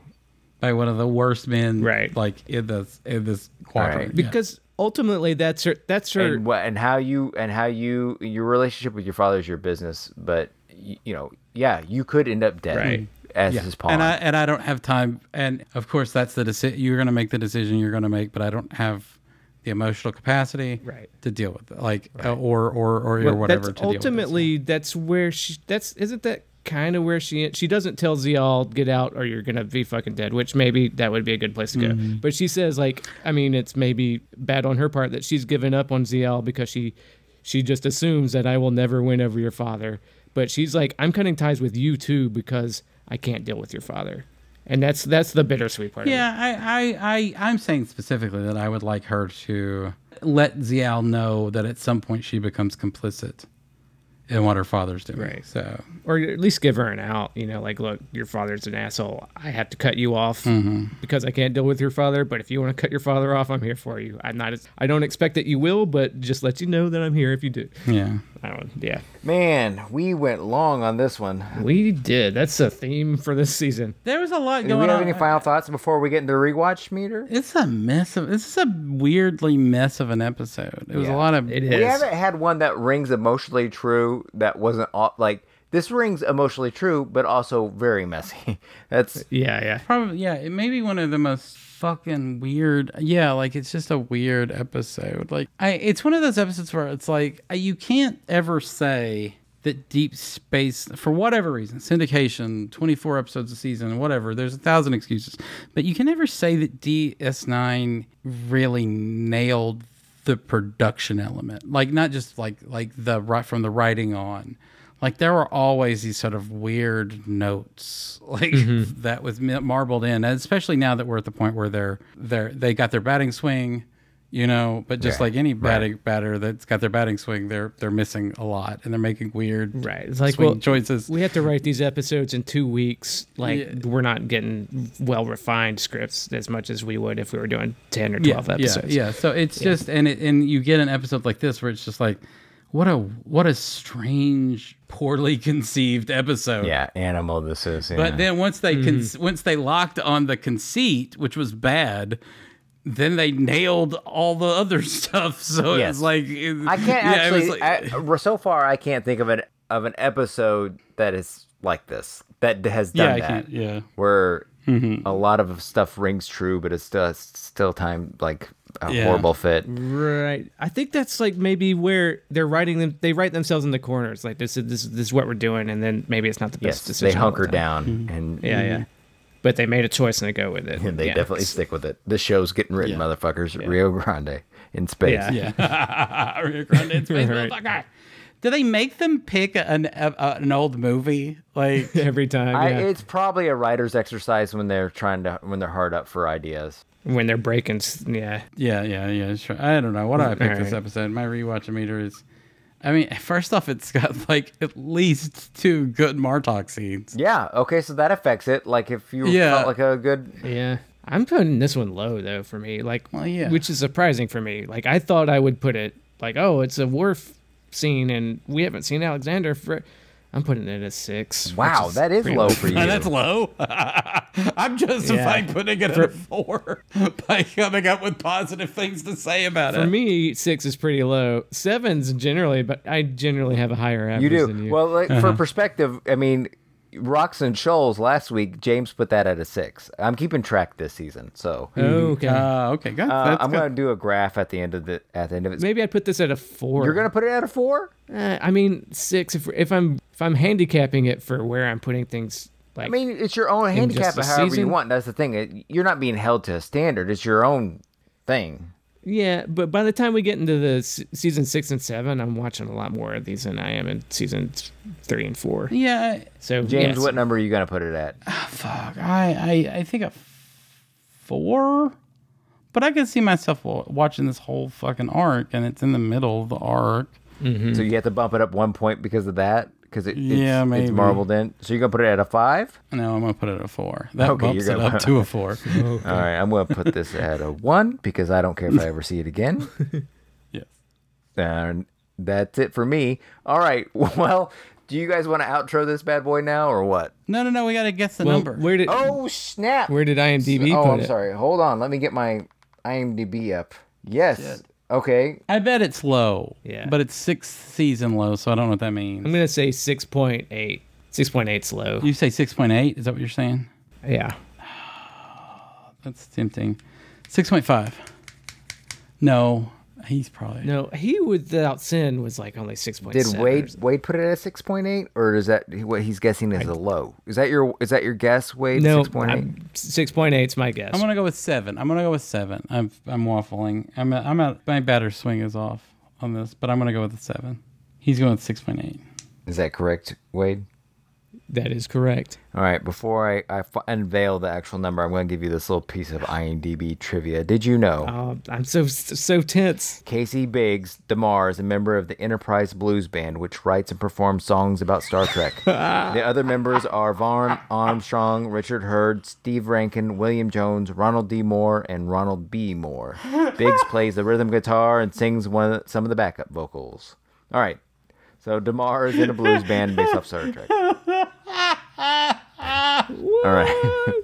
by one of the worst men, Right. Like in this in this quadrant. Right. Yeah. because ultimately that's her. That's her. And what and how you and how you your relationship with your father is your business, but y- you know, yeah, you could end up dead Right. as his pawn. And I and I don't have time. And of course, that's the decision you're going to make. The decision you're going to make, but I don't have the emotional capacity Right. to deal with it, like uh, or or or, or Well, whatever. That's to ultimately that's where she. That's isn't that kind of where she she doesn't tell Zial get out or you're gonna be fucking dead, which maybe that would be a good place to go. Mm-hmm. But she says like, I mean, it's maybe bad on her part that she's given up on Zial because she she just assumes that I will never win over your father. But she's like, I'm cutting ties with you too because I can't deal with your father, and that's that's the bittersweet part. deal with this. Yeah, I, I I I'm saying specifically that I would like her to let Zial know that at some point she becomes complicit and what her father's doing. Right. So or at least give her an out. You know, like, look, your father's an asshole. I have to cut you off Mm-hmm. because I can't deal with your father. But if you want to cut your father off, I'm here for you. I'm not. I don't expect that you will, but just let you know that I'm here if you do. yeah. I don't. Yeah, Man, we went long on this one. we did. That's a theme for this season. There was a lot Do we going have on. any final thoughts before we get into the rewatch meter? it's a mess of this is a weirdly mess of an episode. It was a Yeah. lot of It We is. haven't had one that rings emotionally true that wasn't all, like this rings emotionally true, but also very messy. [LAUGHS] That's Yeah, yeah. probably yeah, it may be one of the most fucking weird. Yeah, like it's just a weird episode. Like I it's one of those episodes where it's like I- you can't ever say that deep space for whatever reason syndication 24 episodes a season whatever there's a thousand excuses but you can never say that ds9 really nailed the production element like not just like like the right from the writing on like there were always these sort of weird notes [LAUGHS] like Mm-hmm. that was mi- marbled in and especially now that we're at the point where they're they're they got their batting swing you know but just like any batting batter that's got their batting swing they're they're missing a lot and they're making weird Right. It's like swing well, choices we have to write these episodes in two weeks. Like Yeah. we're not getting well refined scripts as much as we would if we were doing ten or twelve episodes. Yeah, yeah. So it's just and it, and you get an episode like this where it's just like, what a what a strange, poorly [LAUGHS] conceived episode. yeah, animal. This is yeah. Mm-hmm. But then once they con- once they locked on the conceit, which was bad, then they nailed all the other [LAUGHS] stuff. So Yes. it's like it- I can't yeah, it was actually. like- I- we're- so far, I can't think of an of an episode that is like this that has yeah, done I that. can't, yeah. Mm-hmm. Where a lot of stuff rings true, but it's still still time like a Yeah. horrible fit. Right. I think that's like maybe where they're writing them. They write themselves in the corners. Like this is this, is- this is what we're doing, and then maybe it's not the best Yes, decision. they all the hunker time. down Mm-hmm. and Yeah, yeah. But they made a choice and they go with it. [LAUGHS] and [LAUGHS] they Yeah. definitely stick with it. The show's getting written, motherfuckers. Rio Grande in space. Yeah. Yeah. Rio Grande in [LAUGHS] space, Right. motherfucker. Do they make them pick an uh, an old movie? [LAUGHS] [LAUGHS] Like every time I, yeah. It's probably a writer's exercise when they're trying to when they're hard up for ideas. when they're breaking. s- Yeah, Yeah, yeah, yeah. Sure. I don't know. What do I pick Alright. this episode? My rewatch meter is. I mean, first off, it's got like at least two good Martok scenes. Yeah. Okay. So that affects it. Like if you Yeah. felt like a good yeah. I'm putting this one low though for me. Like, Well, yeah. which is surprising for me. Like, I thought I would put it like, oh, it's a wharf scene, and we haven't seen Alexander for. I'm putting it at six. which wow, that is pretty low much- [LAUGHS] for you. And that's low. [LAUGHS] I'm justifying putting it at a four [LAUGHS] by coming up with positive things to say about For it. me, six is pretty low. Seven's generally, but I generally have a higher average You than do you. well. Like, For perspective, I mean, Rocks and Shoals last week, James put that at a six. I'm keeping track this season, so okay. Uh, okay, good. uh, That's I'm good. going to do a graph at the end of the at the end of it. Maybe I'd put this at a four. You're going to put it at a four. Uh, I mean, six. If if I'm if I'm handicapping it for where I'm putting things, like I mean, it's your own handicap, just the however you season? want. That's the thing. It- You're not being held to a standard. It's your own thing. yeah. But by the time we get into the s- season six and seven, I'm watching a lot more of these than I am in season th- three and four. yeah, So James, yes. what number are you going to put it at? fuck. I, I, I think a f- four, but I could see myself wa- watching this whole fucking arc, and it's in the middle of the arc. So you have to bump it up one point because of that, because it, Yeah, it's, maybe. it's marbled in. So you're going to put it at a five. No, I'm gonna put it at a four. That Okay, bumps it you're gonna up [LAUGHS] put- to a four. All right, I'm going to put this at a one because I don't care if I ever see it again. yes. And that's it for me. All right. [LAUGHS] Well, do you guys want to outro this bad boy now or what? No, no, no. We gotta guess the Well, number. Um, where did Oh, snap. where did IMDb oh, put I'm it? sorry. Hold on. Let me get my IMDb up. Yes. Okay. I bet it's low. Yeah. But it's sixth season low, so I don't know what that means. I'm gonna say six point eight. Six point eight's low. you say six point eight? Is that what you're saying? Yeah. That's tempting. Six point five. No, he's probably No, he without sin was like only six point Did seven. Wade Wade put it at six point eight, or is that what he's guessing is a low? Is that your is that your guess, Wade? No, six point eight. six point eight's my guess. I'm gonna go with seven. I'm gonna go with seven. I'm I'm waffling. I'm a, I'm a, my batter swing is off on this, but I'm gonna go with a seven. He's going with six point eight. Is that correct, Wade? That is correct. All right, before I, I f- unveil the actual number, I'm going to give you this little piece of IMDb trivia. Did you know Oh, I'm so so tense. Casey Biggs DeMar is a member of the Enterprise Blues Band, which writes and performs songs about Star Trek? the other members are Vaughn Armstrong, Richard Hurd, Steve Rankin, William Jones, Ronald D. Moore, and Ronald B. Moore. Biggs plays the rhythm guitar and sings one of the, some of the backup vocals. All right, so DeMar is in a blues band based off Star Trek. All right.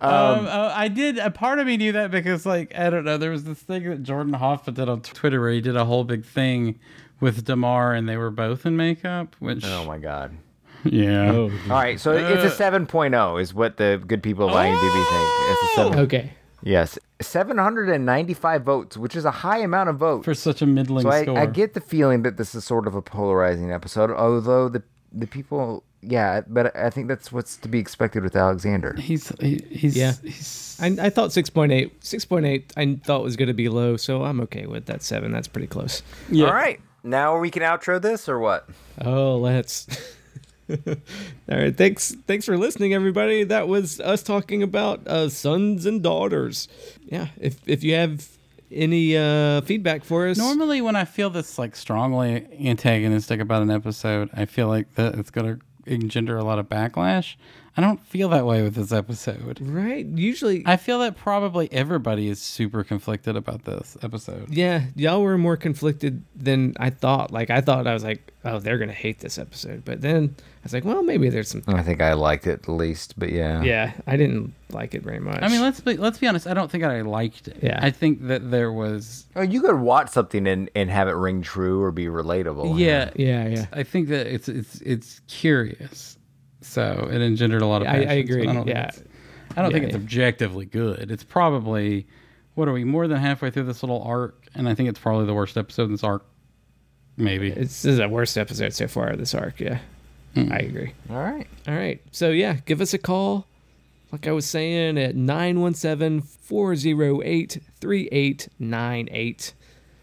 Um, uh, I did. A part of me knew that because, like, I don't know. There was this thing that Jordan Hoffa did on Twitter where he did a whole big thing with Damar, and they were both in makeup. Which, Oh. Oh my God. [LAUGHS] yeah, All right, so it's a 7.0 is what the good people of IMDb think. It's a seven. Okay. Yes, 795 votes, which is a high amount of votes. for such a middling so I, score. I get the feeling that this is sort of a polarizing episode, although the the people, yeah, but I think that's what's to be expected with Alexander. He's he, he's Yeah. He's, I, I thought 6.8. 6.8 I thought was going to be low, so I'm okay with that 7. That's pretty close. yeah. All right, now we can outro this or what? Oh, let's. [LAUGHS] All right, thanks thanks for listening everybody. That was us talking about uh, sons and daughters. Yeah, if if you have any uh, feedback for us, Normally, when I feel this like strongly antagonistic about an episode, I feel like that it's gonna engender a lot of backlash. I don't feel that way with this episode. right? Usually I feel that probably everybody is super conflicted about this episode. yeah, y'all were more conflicted than I thought. Like I thought I was like, oh, they're going to hate this episode. But then I was like, well, maybe there's some I think I liked it the least, but yeah. Yeah, I didn't like it very much. I mean, let's be let's be honest. I don't think I liked it. Yeah. I think that there was. Oh, you could watch something and, and have it ring true or be relatable. Yeah, yeah, yeah. I think that it's it's it's curious. So it engendered a lot of. I- I passions, but agree, don't think yeah. it's- I don't think it's objectively good. It's probably what are we more than halfway through this little arc, and I think it's probably the worst episode in this arc. Maybe It's, this is the worst episode so far of this arc. Yeah, I agree. All right. All right. So, yeah, give us a call. Like I was saying, at 917 408 3898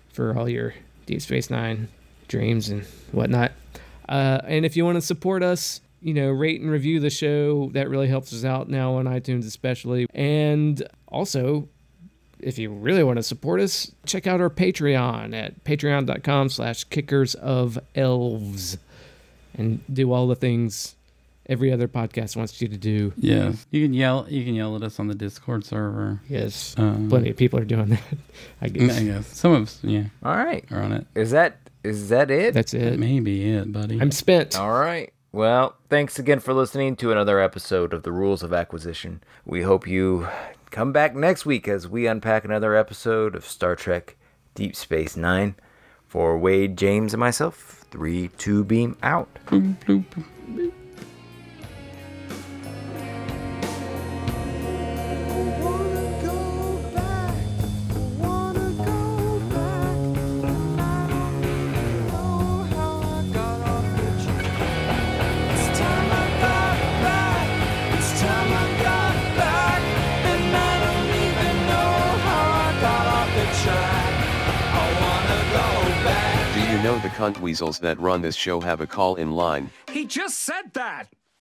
for all your Deep Space Nine dreams and whatnot. Uh, and if you want to support us, you know, rate and review the show. That really helps us out now on iTunes, especially. And also, if you really want to support us, check out our Patreon at patreon.com slash kickers of elves and do all the things every other podcast wants you to do. yeah. You can yell. You can yell at us on the [LAUGHS] Discord server. Yes. Um, Plenty of people are doing that, [LAUGHS] I guess. I guess some of us, yeah All right. are on it. Is that is that Oh, it? That's it. Maybe it, buddy. I'm spent. All right. Well, thanks again for listening to another episode of The Rules of Acquisition. We hope you come back next week as we unpack another episode of Star Trek Deep Space Nine. For Wade, James, and myself, 3 2 Beam out. Bloop, bloop. Do you know the cunt weasels that run this show have a call in line? He just said that!